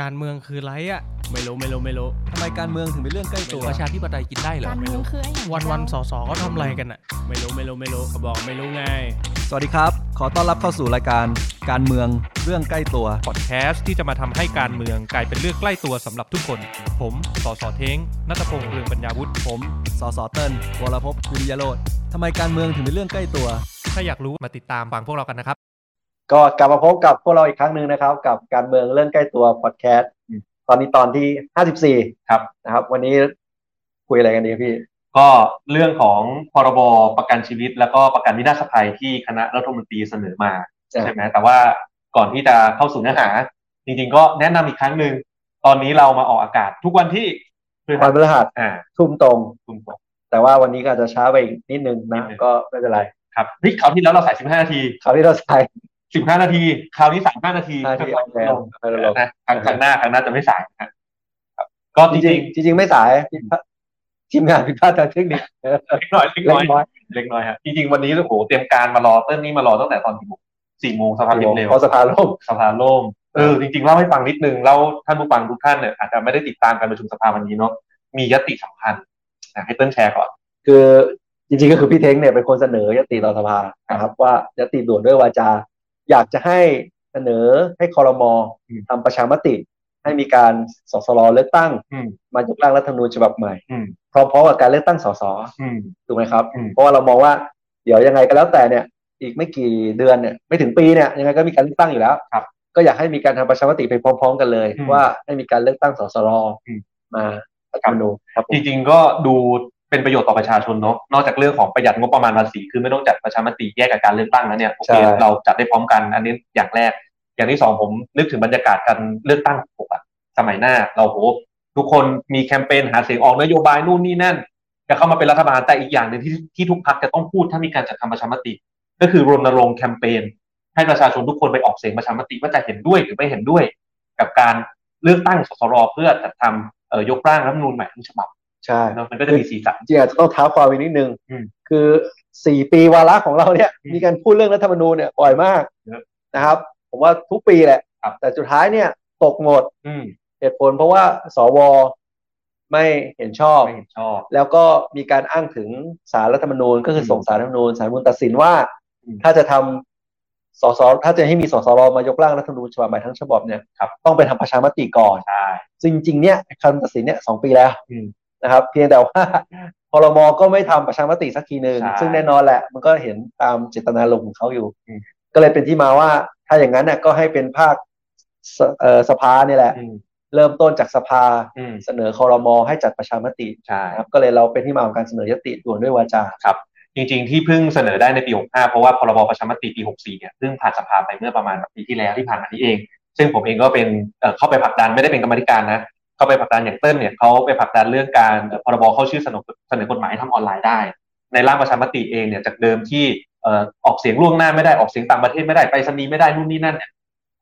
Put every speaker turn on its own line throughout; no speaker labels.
การเมืองคือไรอะ
ไม่รู้ไม่รู้ไม่รู้
ทำไมการเมืองถึงเป็นเรื่องใกล้ตัว
ประชาธิปไตยกินได้เหรอ
การ
ไม่
เมือ
รู้
งคือไอ้อย่าง
วันวันๆสอสอเขาทำอะไรกันอะ
ไม่รู้ไม่รู้ไม่รู้เขาบอกไม่รู้ไง
สวัสดีครับ ขอต้อนรับเข้าสู่รายการการเมืองเรื่องใกล้ตัว
พอดแคสต์ที่จะมาทำให้การเมืองกลายเป็นเรื่องใกล้ตัวสำหรับทุกคน ผมสอสอเท้งนัตพงษ์เรืองปัญญาวุฒิ
ผมสสเติ้ลวรภพคุริยโรธทำไมการเมืองถึงเป็นเรื่องใกล้ตัว
ถ้าอยากรู้มาติดตามฟังพวกเรากันนะครับ
ก็กลับมาพบกับพวกเราอีกครั้งหนึ่งนะครับ กับการเมืองเรื่องใกล้ตัวพอดแคสต์ตอนนี้ตอนที่ห้าสิบสี่
ครับ
นะครับ วันนี้คุยอะไรกันดีพี่
ก็เรื่องของพรบประกันชีวิต แล้วก็ประกันวินาศภัยที่คณะรัฐมนตรีเสนอมา
ใช่
ใช่ไหมแต่ว่าก่อนที่จะเข้าสู่เนื้อหา จริงๆก็แนะนำอีกครั้งหนึ่งตอนนี้เรามาออกอากาศทุกวันที่พฤ
วั
หั
น
ส
พฤหัส
อ่า
ทุ่มตรง
คุณผม
แต่ว่าวันนี้ก็อาจจะช้าไปอีกนิดนึงนะ
นิดนึง
ก็ไม่เป็นไร
ครับนี่คราวที่แล้วเราใส่สิบห้านาที
คราวที่เราใช้
สิบห้านาที คราวนี้สามห้านาที
หน้าที่อ
ค่
อย น
ๆ
แล้
ล
ว
ง
ไม่เป็นไร
นะครั้งครั้งหน้าครั้งหน้าจะไม่สายนะครับครับก็
จ
จ
ริ
ริ
ง
ง
ๆจริง ๆ ไม่สายผิดพลาดทีมงานผิดพลาดทางเทคนิคเ
ๆเล็กน้อยเล็ก
ล็
น้อย
กน้อย
เล็กน้อยฮะจริงๆวันนี้โอ้โหเตรียมการมารอเต้นนี่มารอตั้งแต่ตอนกี่โมงสี่โมงสภาพเร็ว
พอสภาล่ม
สภาล่มเออจริงๆเล่าให้ฟังนิดนึงเล่าท่านผู้ฟังทุกท่านเนี่ยอาจจะไม่ได้ติดตามการประชุมสภาวันนี้เนาะมียติสำคัญอ่ะให้เติ้ลแชร์ก่อน
คือจริงๆก็คือพี่เท้งเนี่ยเป็นคนเสนอยติต่อสภานะครับ ว่ายติด่วนด้วยวาจา อยากจะให้เสนอให้คอรมอ
อืม
ทำประชามติ ให้มีการสสรเลือกตั้ง
อืม
มายกร่างรัฐธรรมนูญฉบับใหม่
อืม
พร้อมๆกับการเลือกตั้งสส
อืม
ถูกไหมครับ
อืม
เพราะว่าเรามองว่าเดี๋ยวยังไงก็แล้วแต่เนี่ย อีกไม่กี่เดือนเนี่ยไม่ถึงปีเนี่ยยังไงก็มีการเลือกตั้งอยู่แล้วก็อยากให้มีการทำประชามติไปพร้อม ๆ กันเลย ว่าให้มีการเลือกตั้งสสรมารัฐธรรมนูญครับผม
จริงๆก็ดูเป็นประโยชน์ต่อประชาชนเนาะนอกจากเรื่องของประหยัดงบประมาณภาษีคือไม่ต้องจัดประชามติแยกกับการเลือกตั้งแล้วเนี่ยโอเค
ใช่
เราจัดได้พร้อมกันอันนี้อย่างแรก อย่างที่สองผมนึกถึงบรรยากาศการเลือกตั้งของผมอะสมัยหน้าเราโหทุกคนมีแคมเปญหาเสียงออกนโยบายนู่นนี่นั่น จะเข้ามาเป็นรัฐบาลแต่อีกอย่างหนึ่งที่ที่ทุกพักจะต้องพูดถ้ามีการจัดทำประชามติ ก็คือรณรงค์แคมเปญให้ประชาชนทุกคนไปออกเสียงประชามติว่าจะเห็นด้วยหรือไม่เห็นด้วย กับการเลือกตั้งสสรเพื่อจัดทำเอ่อยกร่างรัฐธรรมนูญใหม่ทั้งฉบับ
ใช่
เนอะมันก็จะมีสีสัน
จริงๆอาจจะต้องเท้าความไปนิดนึง
อืม
คือสี่ปีวาระของเราเนี่ย
อืม
มีการพูดเรื่องรัฐธรรมนูญเนี่ยบ่อยมาก
ครับ
นะครับ ผมว่าทุกปีแหละ
ครับ
แต่สุดท้ายเนี่ยตกหมด
อืม
เหตุผลเพราะว่าสวไม่เห็นชอบ
ไม่เห็นชอบ
แล้วก็มีการอ้างถึงสารรัฐธรรมนูญ ก็คือ
ม
ส่งสารรัฐธรรมนูญสารรัฐธรรมนูญตัดสินว่า
อืม
ถ้าจะทำสสถ้าจะให้มีสสรมายกร่างรัฐธรรมนูญฉบับใหม่ทั้งฉบับเนี่ย
ครับ
ต้องไปทำประชามติก่อน
ใช่
ซึ่งจริงๆเนี่ยคำตัดสินเนี่ยสองปีแล้ว
อืม
นะครับ เพียงแต่ว่า พรมก็ไม่ทำประชามติสักทีหนึ่ง
ใช่
ซึ่งแน่นอนแหละ มันก็เห็นตามเจตนารมณ์ของเขาอยู่
อืม
ก็เลยเป็นที่มาว่าถ้าอย่างนั้นน่ะก็ให้เป็นภาคสเอ่อสภาเนี่ยแหละ
อืม
เริ่มต้นจากสภา
อืม
เสนอคอรมอให้จัดประชามติ
ใช่
นะครับ ก็เลยเราเป็นที่มาของการเสนอยติด่วนด้วยวาจา
จริงๆ ที่เพิ่งเสนอได้ในปี 65 เพราะว่าพรบประชามติปี 64 เนี่ยเพิ่งผ่านสภาไปเมื่อประมาณปีที่แล้วที่ผ่านมานี้เอง ซึ่งผมเองก็เป็นเอ่อเข้าไปผลักดันไม่ได้เป็นกรรมาธิการนะ เข้าไปผลักดันอย่างเติ้ลเนี่ยเขาไปผลักดันเรื่องการเอ่อพรบเข้าชื่อเสนอเสนอกฎหมายทำออนไลน์ได้ ในร่างประชามติเองเนี่ยจากเดิมที่เอ่อออกเสียงล่วงหน้าไม่ได้ออกเสียงต่างประเทศไม่ได้ไปรษณีย์ไม่ได้นู่นนี่นั่นเนี่ย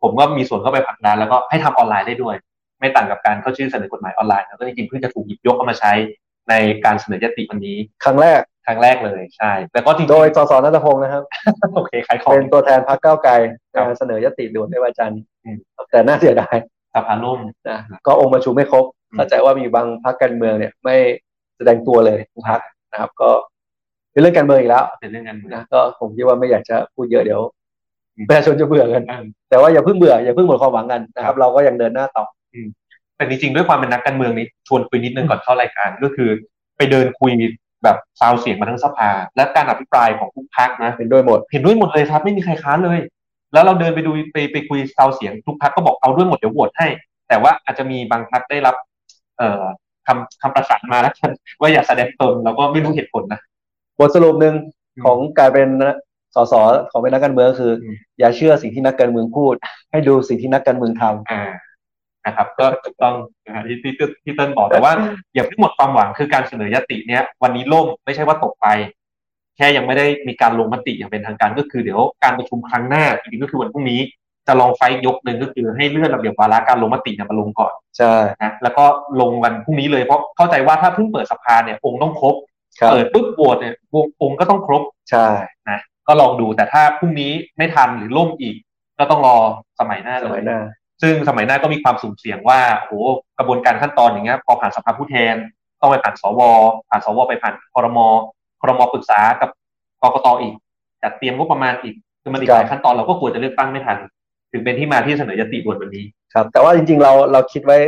ผมก็มีส่วนเข้าไปผลักดันแล้วก็ให้ทำออนไลน์ได้ด้วย ไม่ต่างกับการเข้าชื่อเสนอกฎหมายออนไลน์แล้วก็จริงๆเพิ่งจะถูกหยิบยกเข้ามาใช้ในการเสนอยติวันนี้
ครั้งแรก
ครั้งแรกเลยใช่แต่ก็จริงๆ
โดยสสนัทพงศ์นะครับ
โอเคขายของ
เป็นตัวแทนพรรคก้าวไกลใน
ครับ
การเสนอยติด่วนด้วยวาจานี้
อืม
แต่น่าเสียดาย
สภาล่ม
นะก็องค์ประชุมไม่ครบ
อืม
เข้าใจว่ามีบางพรรคการเมืองเนี่ยไม่แสดงตัวเลยทุกพรรคนะครับ ก็เป็นเรื่องการเมืองอีกแล้ว
เป็นเรื่องการเมือง
นะก็ผมคิดว่าไม่อยากจะพูดเยอะเดี๋ยว
อืม
ประชาชนจะเบื่อกัน
อืม
แต่ว่าอย่าเพิ่งเบื่ออย่าเพิ่งหมดความหวังกันนะค
ครั
รับ
บ
เราก็ยังเดินหน้าต่อ
แต่จริงๆด้วยความเป็นนักการเมืองนี่ชวนคุยนิดนึงก่อนเข้ารายการก็คือ ไปเดินคุยแบบซาวเสียงมาทั้งสภา และการอภิปรายของทุกพักนะ
เป็นด้วยหมด
เห็นด้วยหมดเลยครับไม่มีใครค้านเลย แล้วเราเดินไปดูไปไปคุยซาวเสียงทุกพักก็บอกเอาด้วยหมดเดี๋ยวโหวตให้ แต่ว่าอาจจะมีบางพักได้รับ เอ่อคำคำประสานมาแล้ว กันว่าอย่าแสดงตนเราก็ไม่รู้เหตุผลนะ
บทสรุปหนึ่ง
อืม
ของการเป็นสสของเป็นนักการเมืองคืออ
ม
อย่าเชื่อสิ่งที่นักการเมืองพูด ให้ดูสิ่งที่นักการเมืองทำ
อ่านะครับ ก็ถูกต้องนะฮะที่ที่ที่ที่เติ้ลบอกแต่ว่า อย่าเพิ่งหมดความหวังคือการเสนอยติเนี้ยวันนี้ล่มไม่ใช่ว่าตกไป แค่ยังไม่ได้มีการลงมติอย่างเป็นทางการก็คือเดี๋ยวการประชุมครั้งหน้าจริงๆก็คือวันพรุ่งนี้จะลองไฟล์ยกหนึ่งก็คือให้เลื่อนระเบียบวาระการลงมติเนี่ยมาลงก่อน
ใช่
นะแล้วก็ลงวันพรุ่งนี้เลยเพราะเข้าใจว่าถ้าเพิ่งเปิดสภาเนี่ยองค์ต้องครบ
ครับ
เปิดปุ๊บโหวตเนี่ยองค์ก็ต้องครบ
ใช่
ก็ลองดูแต่ถ้าพรุ่งนี้ไม่ทันหรือล่มอีก ก็ต้องรอสมัยหน้า
ส
เล
มั
ย
ยหน้า
ซึ่งสมัยหน้าก็มีความสุ่มเสี่ยงว่าโอ้โหกระบวนการขั้นตอนอย่างเงี้ยพอผ่านสภาผู้แทน ต้องไปผ่านสว ผ่านสวไปผ่านคอรมอคอรมอปรึกษากับกกตอีก จัดเตรียมงบประมาณอีกคือมันอีกหลายขั้นตอนเราก็กลัวจะเลือกตั้งไม่ทัน ถึงเป็นที่มาที่เสนอยติด่วนวันนี้
ครับ แต่ว่าจริงๆเราเราคิดไว้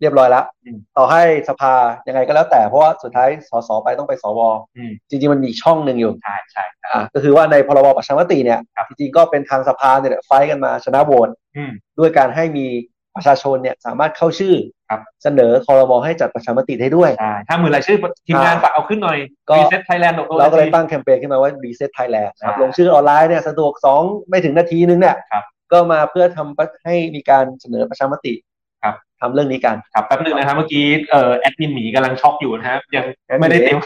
เรียบร้อยแล้ว
อืม
ต่อให้สภายังไงก็แล้วแต่เพราะว่าสุดท้ายสสไปต้องไปสว
อืม
จริงๆมันมีอีกช่องหนึ่งอยู่
ใช่ใช่
อ่ะก็คือว่าในพรบประชามติเนี่ย
ครับ
จริงๆก็เป็นทางสภาเนี่ยแหละไฟท์กันมาชนะโหวต
อืม
ด้วยการให้มีประชาชนเนี่ยสามารถเข้าชื่อ
ครับ
เสนอคอรมอให้จัดประชามติได้ด้วย
ใช่ถ้ามือรายชื่อทีมงาน
อ่า
ฝากเอาขึ้นหน่อย
ก็
รีเซ็ตไทยแลนด์
เราก็เลยตั้งแคมเปญขึ้นมาว่า Reset Thailand นะครับ
ใช่
ลงชื่อออนไลน์เนี่ยสะดวก 2 ไม่ถึงนาทีนึงเนี่ย
ครับ
ก็มาเพื่อทำให้มีการเสนอประชามติ
ครับ
ทำเรื่องนี้กัน
ครับแป๊บนึงนะครับเมื่อกี้เอ่อแอดมินหมีกำลังช็อกอยู่นะครับยัง
แอดมิน
ไม่ได้เตรียม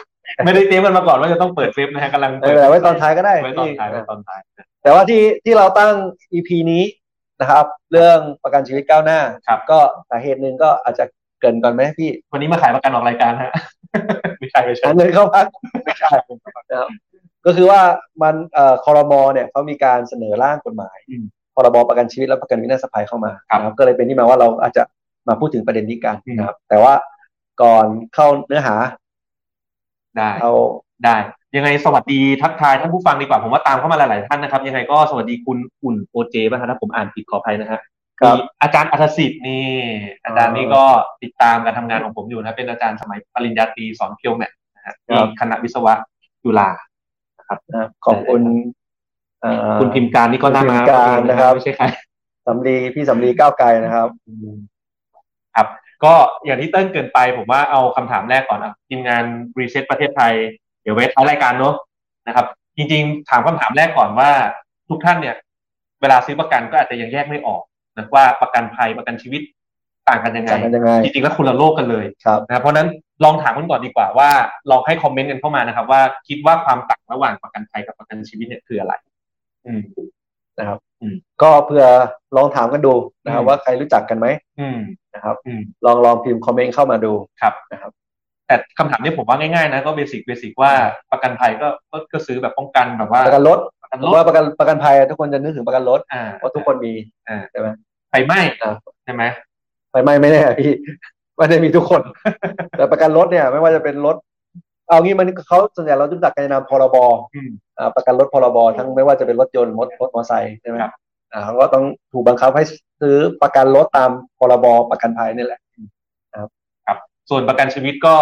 ไม่ได้เตรียมกันมาก่อนว่าจะต้องเปิดเว็บนะฮะกำลัง
ไม่เป็นไรไว้ตอนท้ายก็ได้
ไว้ตอนท้ายไว้ตอนท้ายนะ
แต่ว่าที่ที่เราตั้ง EP นี้นะครับ เรื่องประกันชีวิตก้าวหน้า
ครับ
ก็สาเหตุหนึ่งก็อาจจะเกรินก่อนไหมพี่
วันนี้มาขายประกันออกรายการฮะ ไม่ใช่ไม่ใช่
หาเงินเข้าพักไม่ใช่นะครับก็คือว่ามันเอ่อคอรมอเนี่ยเขามีการเสนอร่างกฎหมาย
อืม
พรบประกันชีวิตและประกันวินาศภัยเข้ามา
ครับ
นะครับก็เลยเป็นที่มาว่าเราอาจจะมาพูดถึงประเด็นนี้กัน
อืม
นะครับ แต่ว่าก่อนเข้าเนื้อหา
ได้
เรา
ได้ ยังไงสวัสดีทักทายท่านผู้ฟังดีกว่าผมว่าตามเข้ามาหลาย ๆ ท่านนะครับ ยังไงก็สวัสดีคุณอุ่นโอเจป่ะฮะถ้าผมอ่านผิดขออภัยนะฮะ
ครับ
มีอาจารย์อัธสิทธิ์นี่ อาจารย์นี่ก็ติดตามการทำงานของผมอยู่นะเป็นอาจารย์สมัยปริญญาตรีสอนเพียวแมทนะฮะ
ครับ
ที่คณะวิศวะจุฬา
นะครับขอบคุณเอ่อ
คุณพิมพ์การนี่ก็น่ามา
คุณพิมพ์การนะครับ
ไม่ใช่ใคร
สำลีพี่สำลีก้าวไกลนะครับ
ครับ ก็อย่างที่เติ้ลเกินไป ผมว่าเอาคำถามแรกก่อนอ่ะทีมงานรีเซ็ตประเทศไทย เดี๋ยวเวทเอารายการเนาะนะครับ จริงๆ ถามคำถามแรกก่อนว่า ทุกท่านเนี่ย เวลาซื้อประกันก็อาจจะยังแยกไม่ออกนะว่าประกันภัยประกันชีวิตต่างกันยังไง
ต่างกันยังไง
จริงๆแล้วคนละโลกกันเลย
ครับ
นะครับเพราะฉะนั้นลองถามกันก่อนดีกว่าว่าลองให้คอมเมนต์กันเข้ามานะครับ ว่าคิดว่าความต่างระหว่างประกันภัยกับประกันชีวิตเนี่ยคืออะไร อืม
นะครับ
อืม
ก็เพื่อลองถามกันดูนะครับ
อืม
ว่าใครรู้จักกันไหม
อืม
นะครับ
อืม
ลองลองพิมพ์คอมเมนต์เข้ามาดู
ครับ
นะครับ
แต่คำถามนี้ผมว่าง่ายๆนะก็เบสิกเบสิกว่าประกันภัยก็ก็ก็ซื้อแบบป้องกันแบบว่า
ประกันรถ
ประกัน
ผ
ร
ม
ถ
ว่าประกันประกันภัยทุกคนจะนึกถึงประกันรถ
อ่า
เพราะทุกคนมี
ไฟไหม้
ครับ
ใช่ไหม
ไฟไหม้ไม่แน่พี่ ไม่ได้มีทุก คน แต่ประกันรถเนี่ย ไม่ว่าจะเป็นรถ เอางี้มันเขาส่วนใหญ่เรารู้จักกันในนามพรบ
อืม
อ่าประกันรถพรบทั้งไม่ว่าจะเป็นรถยนต์รถรถมอเตอร์ไซค์ใช่ไหม
ครับ
อ่าเขาก็ต้องถูกบังคับให้ซื้อประกันรถตามพรบประกันภัยนี่แหละ
ส่วนประกันชีวิตก็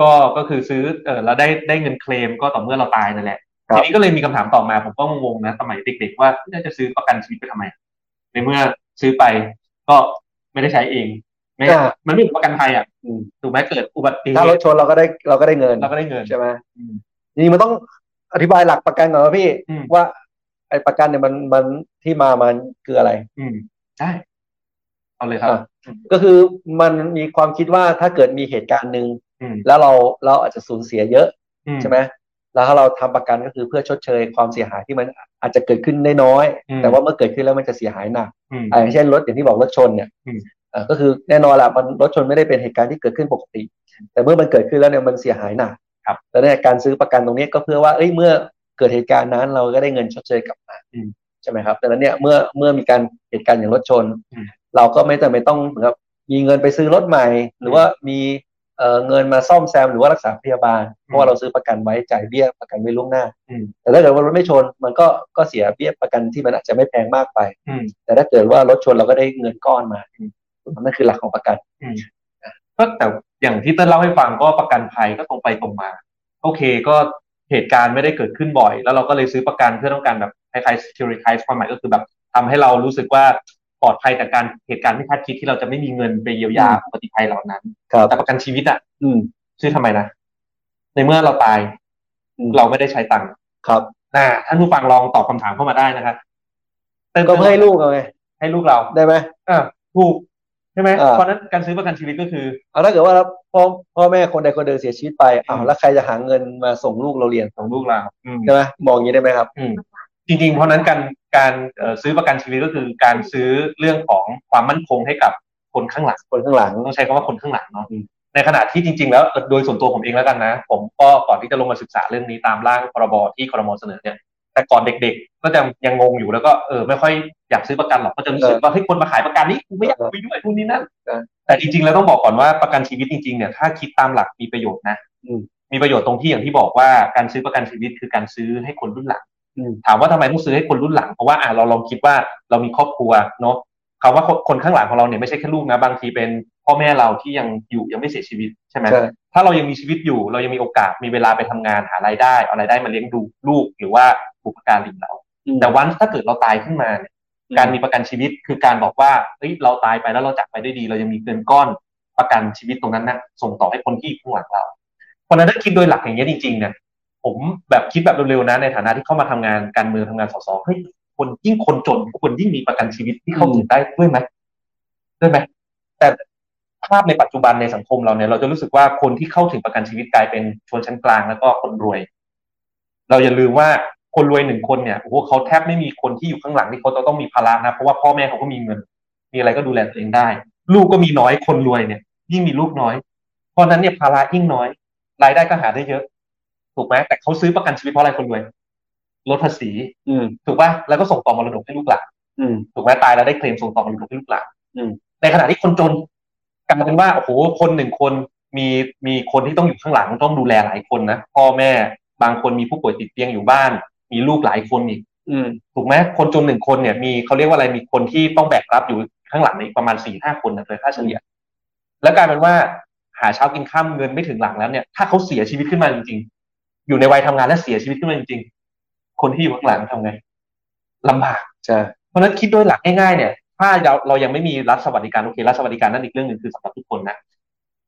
ก็ก็คือซื้อเออแล้วได้ได้เงินเคลมก็ต่อเมื่อเราตายนั่นแหละ
ครับ
ทีนี้ก็เลยมีคำถามต่อมาผมก็งงๆนะสมัยเด็กๆว่าน่าจะซื้อประกันชีวิตไปทำไม ในเมื่อซื้อไปก็ไม่ได้ใช้เองไม่
อ่า
มันไม่มีประกันภัยอ่ะ
อืม
ถูกไหมเกิดอุบัติเห
ถ้ารถ
ตุ
ชนเราก็ได้เราก็ได้เงิน
เราก็ได้เงิน
ใช่ไหม
อืม
จริงๆมันต้องอธิบายหลักประกันก่อนว่าพี่
อืม
ว่าไอ้ประกันเนี่ยมันมันที่มามันคืออะไร
อืมได้เอาเลยครับ
อ่ะ ก็คือมันมีความคิดว่าถ้าเกิดมีเหตุการณ์หนึ่ง
อืม
แล้วเราเราอาจจะสูญเสียเยอะ
อืม
ใช่ไหมแล้วถ้าเราทำประกันก็คือเพื่อชดเชยความเสียหายที่มันอาจจะเกิดขึ้นได้น้อย
อืม
แต่ว่าเมื่อเกิดขึ้นแล้วมันจะเสียหายหนัก
อืม
อ่ะอย่างเช่นรถอย่างที่บอกรถชนเนี่ย
อืม
เอ่อก็คือแน่นอนแหละมันรถชนไม่ได้เป็นเหตุการณ์ที่เกิดขึ้นปกติ แต่เมื่อมันเกิดขึ้นแล้วเนี่ยมันเสียหายหนักแล้วเนี่ยการซื้อประกันตรงนี้ก็เพื่อว่าเอ้ยเมื่อเกิดเหตุการณ์นั้นเราก็ได้เงินชดเชยกลับมา
อืม
ใช่ไหมครับดังนั้นเนี่ยเมื่อเมื่อมีการเหตุการณ์อย่างรถชน
อืม
เราก็ไม่จำเป็นต้องเหมือนกับมีเงินไปซื้อรถใหม่ หรือว่ามีเอ่อเงินมาซ่อมแซมหรือว่ารักษาพยาบาลเพราะว่าเราซื้อประกันไว้จ่ายเบี้ยประกันไว้ล่วงหน้า
อืม
แต่ถ้าเกิดว่ารถไม่ชนมันก็ก็เสียเบี้ยประกันที่มันอาจจะไม่แพงมากไป
อืม
แต่ถ้าเกิดว่ารถชนเราก็ได้เงินก้อนมานั่นคือหลักของประกัน
ก็แต่อย่างที่เต้นเล่าให้ฟังก็ประกันภัยก็ตรงไปตรงมา โอเคก็เหตุการณ์ไม่ได้เกิดขึ้นบ่อย แล้วเราก็เลยซื้อประกันเพื่อต้องการแบบคล้ายๆ securitize ความหมายก็คือแบบทำให้เรารู้สึกว่าปลอดภัยจากการเหตุการณ์ไม่คาดคิดที่เราจะไม่มีเงินไปเยียวยาอุบัติภัยเหล่านั้น
ครับ
แต่ประกันชีวิตอะ
อืม
ซื้อทำไมนะในเมื่อเราตาย
อืม
เราไม่ได้ใช้ตังค์
ครับ
นะท่านผู้ฟังลองตอบคำถามเข้ามาได้นะครับต้น
ก็เพื่อให้ลูกเอาไง
ให้ลูกเรา
ได้ไหม
อ่าถูกใช่ไหม
อ่า
เพราะฉะนั้นการซื้อประกันชีวิตก็คือ
เอาถ้าเกิดว่าพ่อพ่อแม่คนใดคนเดินเสียชีวิตไปอ้าว
อืม
แล้วใครจะหาเงินมาส่งลูกเราเรียน
ของลูกเราอืม
ใช่ไหมมองอย่างนี้ได้ไหมครับ
อืมจริงๆ เพราะฉะนั้นการการเอ่อซื้อประกันชีวิตก็คือการซื้อเรื่องของความมั่นคงให้กับคนข้างหลัง
คนข้างหลัง
ต้องใช้คำว่าคนข้างหลังเนาะ
อืม
ในขณะที่จริง ๆ แล้วเอ่อโดยส่วนตัวผมเองแล้วกันนะ ผมก็ก่อนที่จะลงมาศึกษาเรื่องนี้ตามร่างพรบที่ครมเสนอเนี่ย แต่ก่อนเด็กๆ ก็จะยังงงอยู่แล้วก็เออไม่ค่อยอยากซื้อประกันหรอกก็จะรู้สึกว่าเฮ้ยคนมาขายประกันนี้กูไม่อยากคุยด้วยพวกนี้นั่น
เออ
แต่จริงๆ แล้วต้องบอกก่อนว่าประกันชีวิตจริงๆเนี่ยถ้าคิดตามหลักมีประโยชน์นะ
อืม
มีประโยชน์ตรงที่อย่างที่บอกว่าการซื้อประกันชีวิตคือการซื้อให้คนรุ่นหลัง
อืม
ถามว่าทำไมต้องซื้อให้คนรุ่นหลังเพราะว่าอ่ะเราลองคิดว่าเรามีครอบครัวเนาะ คำว่าคนคนข้างหลังของเราเนี่ยไม่ใช่แค่ลูกนะบางทีเป็นพ่อแม่เราที่ยังอยู่ยังไม่เสียชีวิตใช่ไหม
ใช่
ถ้าเรายังมีชีวิตอยู่เรายังมีโอกาสมีเวลาไปทำงานหารายได้เอารายได้มาเลี้ยงดูลูกหรือว่าบุพการีเรา แต่วันถ้าเกิดเราตายขึ้นมาเนี่ยการมีประกันชีวิตคือการบอกว่าเฮ้ยเราตายไปแล้วเราจากไปด้วยดี เรายังมีเงินก้อนประกันชีวิตตรงนั้นนะส่งต่อให้คนที่อยู่ข้างหลังเราเพราะฉะนั้นถ้าคิดโดยหลักอย่างนี้ยจริงๆเนี่ยผมแบบคิดแบบเร็วๆนะในฐานะที่เข้ามาทำงานการเมืองทำงานสสเฮ้ยคนยิ่งคนจนคนยิ่งมีประกันชีวิตที่เข้าถึงได้ด้วยไหมด้วยไหมแต่ภาพในปัจจุบันในสังคมเราเนี่ยเราจะรู้สึกว่าคนที่เข้าถึงประกันชีวิตกลายเป็นชนชั้นกลางแล้วก็คนรวย เราอย่าลืมว่าคนรวยหนึ่งคนเนี่ยโอ้โหเขาแทบไม่มีคนที่อยู่ข้างหลังที่เขาจะต้องมีภาระนะเพราะว่าพ่อแม่เขาก็มีเงิน มีอะไรก็ดูแลตัวเองได้ ลูกก็มีน้อยคนรวยเนี่ย ยิ่งมีลูกน้อย เพราะฉะนั้นเนี่ยภาระยิ่งน้อย รายได้ก็หาได้เยอะ ถูกไหมแต่เขาซื้อประกันชีวิตเพราะอะไรคนรวยลดภาษี
อืม
ถูกป่ะแล้วก็ส่งต่อมรดกให้ลูกหลาน
อืม
ถูกไหมตายแล้วได้เคลมส่งต่อมรดกให้ลูกหลาน
อืม
ในขณะที่คนจนกลายเป็นว่าโอ้โหคนหนึ่งคนมีมีคนที่ต้องอยู่ข้างหลังต้องดูแลหลายคนนะพ่อแม่บางคนมีผู้ป่วยติดเตียงอยู่บ้าน มีลูกหลายคนอีก
อืม
ถูกไหมคนจนหนึ่งคนเนี่ยมีเขาเรียกว่าอะไรมีคนที่ต้องแบกรับอยู่ข้างหลังอีกประมาณสี่ห้าคนนะโดยค่าเฉลี่ย แล้วกลายเป็นว่าหาเช้ากินข้ามเงินไม่ถึงหลังแล้วเนี่ยถ้าเขาเสียชีวิตขึ้นมาจริงๆ อยู่ในวัยทำงานและเสียชีวิตขึ้นมาจริงๆ คนที่อยู่ข้างหลังทำไงลำบาก
ใช่
เพราะฉะนั้นคิดด้วยหลักง่ายๆเนี่ย ถ้าเราเรายังไม่มีรัฐสวัสดิการโอเครัฐสวัสดิการนั่นอีกเรื่องหนึ่งคือสำหรับทุกคนนะ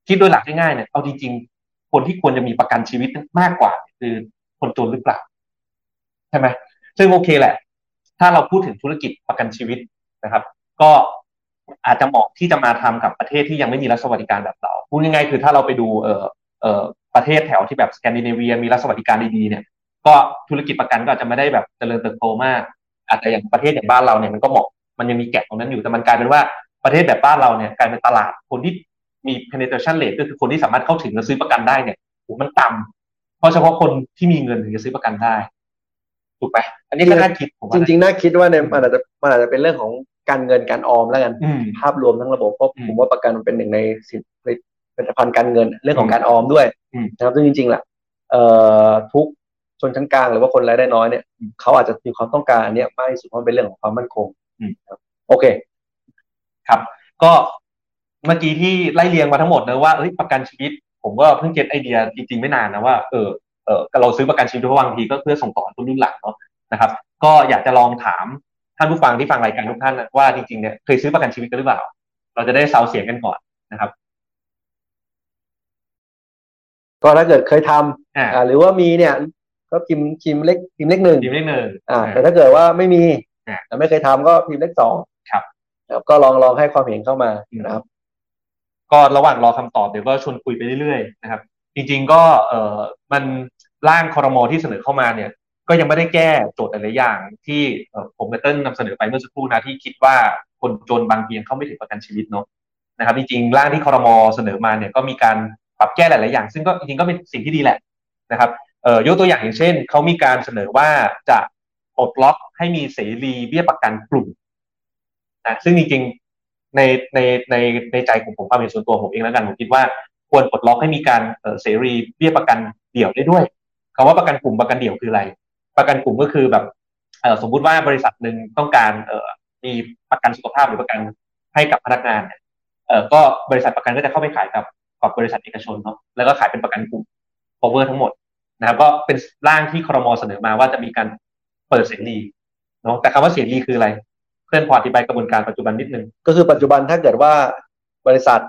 คิดด้วยหลักง่ายๆเนี่ยเอาจริงๆคนที่ควรจะมีประกันชีวิตมากกว่า คือคนจนหรือเปล่าใช่ไหมซึ่งโอเคแหละ ถ้าเราพูดถึงธุรกิจประกันชีวิตนะครับ ก็อาจจะเหมาะที่จะมาทำกับประเทศที่ยังไม่มีรัฐสวัสดิการแบบเราพูดง่ายๆคือถ้าเราไปดูเอ่อเอ่อประเทศแถวที่แบบสแกนดิเนเวียมีรัฐสวัสดิการดีๆเนี่ย ก็ธุรกิจประกันก็อาจจะไม่ได้แบบเจริญเติบโตมาก อาจจะอย่างประเทศอย่างบ้านเราเนี่ยมันก็เหมาะมันยังมีแกะตรงนั้นอยู่แต่มันกลายเป็นว่าประเทศแบบบ้านเราเนี่ยกลายเป็นตลาดคนที่มี penetration rate ก็คือคนที่สามารถเข้าถึงและซื้อประกันได้เนี่ยโอ้โหมันต่ำเพราะเฉพาะคนที่มีเงินถึงจะซื้อประกันได้ถูกไหมอันนี้ก็น่าคิดผมว่า
จริง ๆ น่าคิดว่าเนี่ยมันอาจจะมันอาจจะเป็นเรื่องของการเงินการออมแล้วกัน
อืม
ภาพรวมทั้งระบบเพราะ
อืม
ผมว่าประกันมันเป็นหนึ่งในสินผลิตภัณฑ์การเงิน เรื่องของการออมด้วย
อืม
นะครับซึ่งจริงๆล่ะเอ่อทุกชนชั้นกลางหรือว่าคนรายได้น้อยเนี่ยเขาอาจจะมีความต้องการอันเนี้ยมากที่สุดเพราะมันเป็นเรื่องของความมั่นคง
อืม
ครับโอเค
ครับ ก็เมื่อกี้ที่ไล่เรียงมาทั้งหมดนะว่าเอ้ยประกันชีวิต ผมก็เพิ่งเก็ตไอเดียจริงๆไม่นานนะว่าเออเออเราซื้อประกันชีวิตเพราะบางทีก็เพื่อส่งต่อคนรุ่นหลังเนาะนะครับ ก็อยากจะลองถามท่านผู้ฟังที่ฟังรายการทุกท่านนะว่าจริงๆเนี่ยเคยซื้อประกันชีวิตกันหรือเปล่า เราจะได้เซาเสียงกันก่อนนะครับ
ก็ถ้าเกิดเคยทำ
อ่า
อ่าหรือว่ามีเนี่ย ก็พิมพ์พิมพ์เล็กพิมพ์เล็กหนึ่ง
ทีมเลขหนึ่ง
อ่าแต่ถ้าเกิดว่าไม่มี
อ่า
ไม่เคยทำก็พิมพ์เล็กสอง
ครับ
แล้วก็ลองลองให้ความเห็นเข้ามานะครับ
ก็ระหว่างรอคำตอบเดี๋ยวก็ชวนคุยไปเรื่อยๆนะครับ จริงๆก็เออมันร่างคอรมอที่เสนอเข้ามาเนี่ย ก็ยังไม่ได้แก้โจทย์หลายๆอย่าง ที่เอ่อผมกับเติ้ลนำเสนอไปเมื่อสักครู่นะที่คิดว่าคนจนบางทียังเข้าไม่ถึงประกันชีวิตเนาะนะครับ จริงๆร่างที่คอรมอเสนอมาเนี่ยก็มีการปรับแก้หลายๆอย่าง ซึ่งก็จริงๆก็เป็นสิ่งที่ดีแหละนะครับเอ่อยกตัวอย่างอย่างเช่นเขามีการเสนอว่าจะปลดล็อกให้มีเสรีเบี้ยประกันกลุ่ม นะซึ่งจริงๆในในในในใจของผมความเห็นส่วนตัวผมเองแล้วกันผมคิดว่าควรปลดล็อกให้มีการเอ่อเสรีเบี้ยประกันเดี่ยวได้ด้วยคำว่าประกันกลุ่มประกันเดี่ยวคืออะไร ประกันกลุ่มก็คือแบบเอ่อสมมุติว่าบริษัทหนึ่งต้องการเอ่อมีประกันสุขภาพหรือประกันให้กับพนักงานเนี่ยเอ่อก็บริษัทประกันก็จะเข้าไปขายกับกับบริษัทเอกชนเนาะแล้วก็ขายเป็นประกันกลุ่ม cover ทั้งหมดนะครับก็เป็นร่างที่ครมเสนอมาว่าจะมีการเปิดเสรีเนาะแต่คำว่าเสรีคืออะไร เพื่อนพออธิบายกระบวนการปัจจุบันนิดนึง
ก็คือปัจจุบันถ้าเกิดว่าบริษัท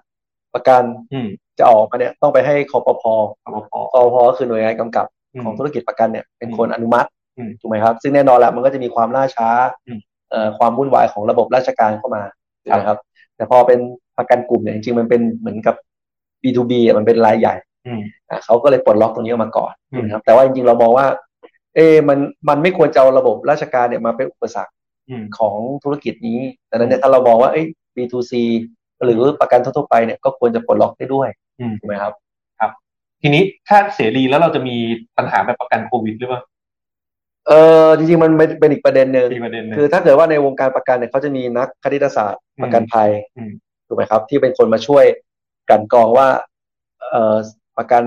ประกัน
อืม
จะออกมาเนี่ยต้องไปให้คอปพอ
ครมพอ
คอพอก็คือหน่วยงานกำกับของธุรกิจประกันเนี่ยเป็นคนอนุมัติ
อืม
ถูกไหมครับ ซึ่งแน่นอนแหละมันก็จะมีความล่าช้า
อืม
เอ่อความวุ่นวายของระบบราชการเข้ามา
ครับ
นะครับ แต่พอเป็นประกันกลุ่มเนี่ยจริงๆมันเป็นเหมือนกับ B2B อ่ะมันเป็นรายใหญ่
อืม
อ่ะเขาก็เลยปลดล็อกตรงนี้ออกมาก่อน
อืม
นะครับ แต่ว่าจริงๆเรามองว่า เอะมันมันไม่ควรจะเอาระบบราชการเนี่ยมาเป็นอุปสรรค
อืม
ของธุรกิจนี้ดังนั้นเนี่ยถ้าเรามองว่าเอ้ย B2C หรือประกันทั่วๆไปเนี่ยก็ควรจะปลดล็อกได้ด้วย
อืม
ถูกไหมครับ
ทีนี้ถ้าเสรีแล้วเราจะมีปัญหาแบบประกันโควิดหรือเปล่า
เออจริงๆมันเป็นเป็นอีกประเด็นหนึ่ง
อีกประเด็นหนึง
คือถ้าเกิดว่าในวงการประกันเนี่ยเขาจะมีนักคณิตศาสตร์
อืม
ประกันภัย
อืม
ถูกไหมครับ ที่เป็นคนมาช่วยกลันกรองว่าเออประกัน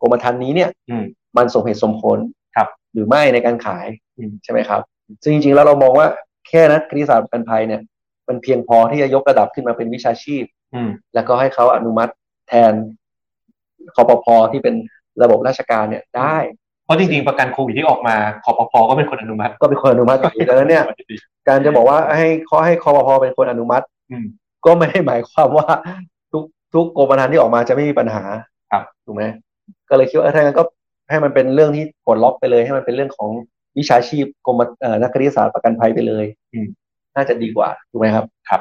กรมธรรม์นี้เนี่ย
อืม
มันสมเหตุสมผล
ครับ
หรือไม่ในการขาย
อืม
ใช่ไหมครับ ซึ่งจริงๆแล้วเรามองว่าแค่นักคณิตศาสตร์ประกันภัยเนี่ย มันเพียงพอที่จะยกระดับขึ้นมาเป็นวิชาชีพ
อืม
แล้วก็ให้เขาอนุมัติแทนคอปพอที่เป็นระบบราชการเนี่ยได้
เพราะจริงๆประกันโควิดที่ออกมาคอปพก็เป็นคนอนุมัติ
ก็เป็นคนอนุมัติอยู่ดีดังนั้นเนี่ย การจะบอกว่าให้เขาให้คอปพอเป็นคนอนุมัติ
อืม
ก็ไม่ได้หมายความว่าทุกทุกกรมธรรม์ที่ออกมาจะไม่มีปัญหา
ครับ
ถูกไหมก็เลยคิดว่าเออถ้างั้นก็ให้มันเป็นเรื่องที่ปลดล็อกไปเลย ให้มันเป็นเรื่องของวิชาชีพกรมเอ่อนักคณิตศาสตร์ประกันภัยไปเลย
อืม
น่าจะดีกว่าถูกไหมครับ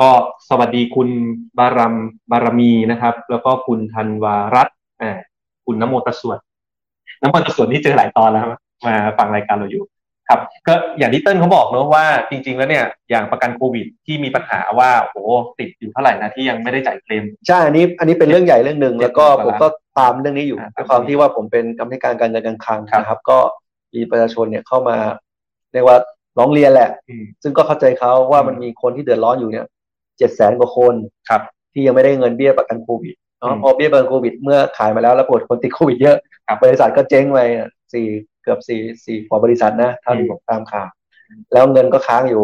ก็สวัสดีคุณบารัมบารมีนะครับ แล้วก็คุณธันวารัตน์อ่าคุณน้ำโมตะสวดน้ำโมตะสวดนี่เจอหลายตอนแล้วครับมาฟังรายการเราอยู่ ครับ ก็อย่างที่เติ้ลเขาบอกเนอะว่าจริง ๆ แล้วเนี่ยอย่างประกันโควิดที่มีปัญหาว่าโอ้โหติดอยู่เท่าไหร่นะที่ยังไม่ได้จ่ายเคลม
ใช่อันนี้อันนี้เป็นเรื่องใหญ่เรื่องหนึ่ง
เจ็ด
แล้วก็
กว่า
ผม
ล้าน
ก็ตามเรื่องนี้อยู่
อ่า
ด้วยความที่ว่าผมเป็นกรรมธิการการเงินการคลัง
ครับ
นะครับ ก็มีประชาชนเนี่ยเข้ามาเรียกว่าร้องเรียนแหละ
อืม
ซึ่งก็เข้าใจเขาว่า
อืม
มันมีคนที่เดือดร้อนอยู่เนี่ยเจ็ดแสนกว่าคน
ครับ
ที่ยังไม่ได้เงินเบี้ยประกันโควิดเนาะ
อืม
พอเบี้ยประกันโควิด เมื่อขายมาแล้วแล้วปรากฏคนติดโควิดเยอะ
ครับ
บริษัทก็เจ๊งไปเนี่ยสี่เกือบสี่สี่กว่าบริษัทนะเท่าที่ผมตามข่าวแล้วเงินก็ค้างอยู่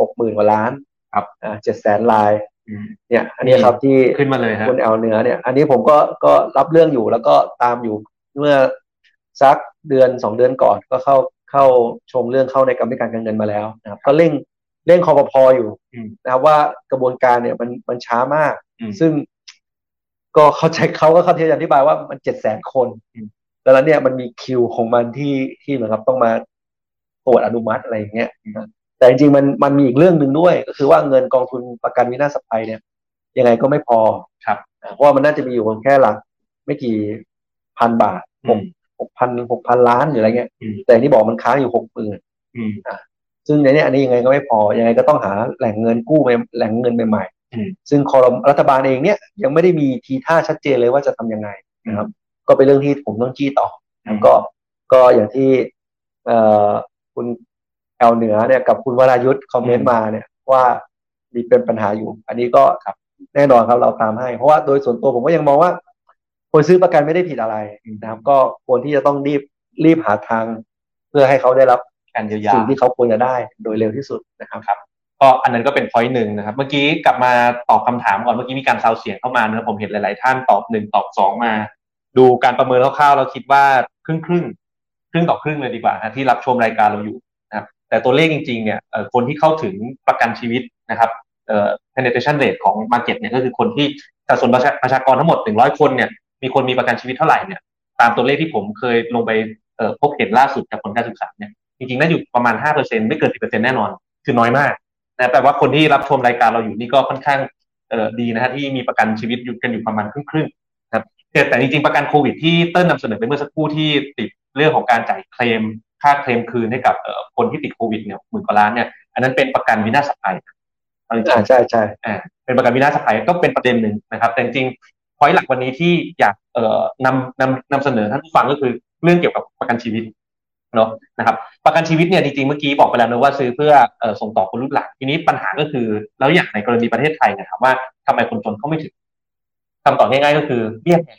หกหมื่นกว่าล้านอ่าเจ็ดแสนลาย
อืม
เนี่ย อันนี้ครับที่
ขึ้นมาเลยฮะ
คุณแอลเหนือเนี่ยอันนี้ผมก็ก็รับเรื่องอยู่แล้วก็ตามอยู่เมื่อสักเดือนสองเดือนก่อนก็เข้าเข้าชงเรื่องเข้าในกรรมธิการการเงินมาแล้วนะครับ ก็เร่งเร่งคอปพออยู่
อืม
นะครับว่ากระบวนการเนี่ยมันมันช้ามาก
อืม
ซึ่งก็เข้าใจเขาก็เข้าใจอธิบายว่ามันเจ็ดแสนคน
อืม
ดังนั้นเนี่ยมันมีคิวของมันที่ที่เหมือนกับต้องมาตรวจอนุมัติอะไรอย่างเงี้ยนะแต่จริงๆมันมันมีอีกเรื่องหนึ่งด้วย ก็คือว่าเงินกองทุนประกันวินาศภัยเนี่ย ยังไงก็ไม่พอ อ่าเพราะว่ามันน่าจะมีอยู่แค่หลัก ไม่กี่พันบาท
อื
หก
ม
หกพันหกพันล้านหรืออะไรเงี้ย
อืม
แต่นี่บอกมันค้างอยู่หกหมื่น
อืม
ซึ่งในเนี้ยอันนี้ยังไงก็ไม่พอ ยังไงก็ต้องหาแหล่งเงินกู้ใหม่แหล่งเงินใหม่
อืม
ๆซึ่งคอรมรัฐบาลเองเนี่ยยังไม่ได้มีทีท่าชัดเจนเลยว่าจะทำยังไงนะครับ ก็เป็นเรื่องที่ผมต้องจี้ต่อ แล้วก็ก็อย่างที่เอ่อคุณแอลเหนือเนี่ยกับคุณวรายุทธ์คอมเมนต์มาเนี่ยว่ามีเป็นปัญหาอยู่ อันนี้ก็ครับแน่นอนครับเราตามให้ เพราะว่าโดยส่วนตัวผมก็ยังมองว่า คนซื้อประกันไม่ได้ผิดอะไรนะครับ ก็ควรที่จะต้องรีบรีบหาทาง เพื่อให้เขาได้รับ
การเยียวยา
สิ่งที่เขาควรจะได้โดยเร็วที่สุดนะครับ
ก็อันนั้นก็เป็น point หนึ่งนะครับ เมื่อกี้กลับมาตอบคำถามก่อนเมื่อกี้มีการซาวเสียงเข้ามานะครับผมเห็นหลาย ๆ ท่านตอบหนึ่งตอบสองมา ดูการประเมินคร่าว ๆ เราคิดว่าครึ่งครึ่งๆครึ่งต่อครึ่งเลยดีกว่าฮะที่รับชมรายการเราอยู่นะครับแต่ตัวเลขจริง ๆ เนี่ยเอ่อคนที่เข้าถึงประกันชีวิตนะครับเอ่อ penetration rate ของ market เนี่ยก็คือคนที่สัดส่วนประชาประชากรทั้งหมด 100 คนเนี่ยมีคนมีประกันชีวิตเท่าไหร่เนี่ยตามตัวเลขที่ผมเคยลงไปเอ่อพบเห็นล่าสุดจากผลการศึกษาเนี่ยจริง ๆ น่าอยู่ประมาณ 5%ไม่เกิน 10%แน่นอน คือน้อยมาก นะแต่ว่าคนที่รับชมรายการเราอยู่นี่ก็ค่อนข้างเอ่อดีนะฮะที่มีประกันชีวิตอยู่กันอยู่ประมาณครึ่งๆครับแต่แต่จริงๆประกันโควิดที่เติ้ลนำเสนอไปเมื่อสักครู่ที่ติดเรื่องของการจ่ายเคลม ค่าเคลมคืนให้กับเอ่อคนที่ติดโควิดเนี่ยหมื่นกว่าล้านเนี่ยอันนั้นเป็นประกันวินาศภัยเอาจริงๆ
อ่าใช่ใช่
เป็นประกันวินาศภัยก็เป็นประเด็นหนึ่งนะครับ แต่จริงๆพอยหลักวันนี้ที่อยากเอ่อนำนำนำเสนอท่านผู้ฟังก็คือเรื่องเกี่ยวกับประกันชีวิตเนาะนะครับประกันชีวิตเนี่ยจริงๆเมื่อกี้บอกไปแล้วนะว่าซื้อเพื่อเอ่อส่งต่อคนรุ่นหลังทีนี้ปัญหาก็คือแล้วอย่างในกรณีประเทศไทยเนะครับว่าทำไมคนจนเขาไม่ถึงคำตอบง่ายๆก็คือเบี้ยแพง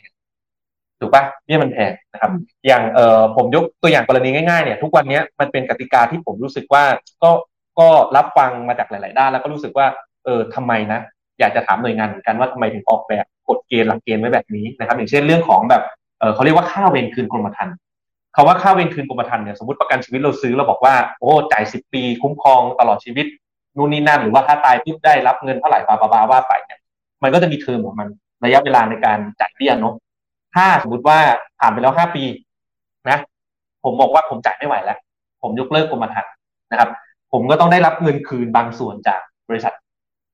ถูกปะเบี้ยมันแพงนะครับ อย่างเอ่อผมยกตัวอย่างกรณีง่ายๆเนี่ยทุกวันเนี้ยมันเป็นกติกาที่ผมรู้สึกว่าก็ก็รับฟังมาจากหลาย ๆ ด้าน แล้วก็รู้สึกว่าเออทำไมนะ อยากจะถามหน่วยงานเหมือนกันว่าทำไมถึงออกแบบกฎเกณฑ์หลักเกณฑ์ไว้แบบนี้นะครับ อย่างเช่นเรื่องของแบบเอ่อเขาเรียกว่าค่าเวรคืนกรมธรรม์คำว่าค่าเวรคืนกรมธรรม์เนี่ยสมมติประกันชีวิตเราซื้อเราบอกว่าโอ้จ่ายสิบปี คุ้มครองตลอดชีวิตนู่นนี่นั่นหรือว่าถ้าตายปุ๊บได้รับเงินเท่าไหร่บาบาบาว่าไปเนี่ยมันก็จะมีเทอมของมันระยะเวลาในการจ่ายเบี้ยเนาะถ้าสมมติว่าผ่านไปแล้วห้าปีนะ ผมบอกว่าผมจ่ายไม่ไหวแล้ว ผมยกเลิกกรมธรรม์นะครับ ผมก็ต้องได้รับเงินคืนบางส่วนจากบริษัท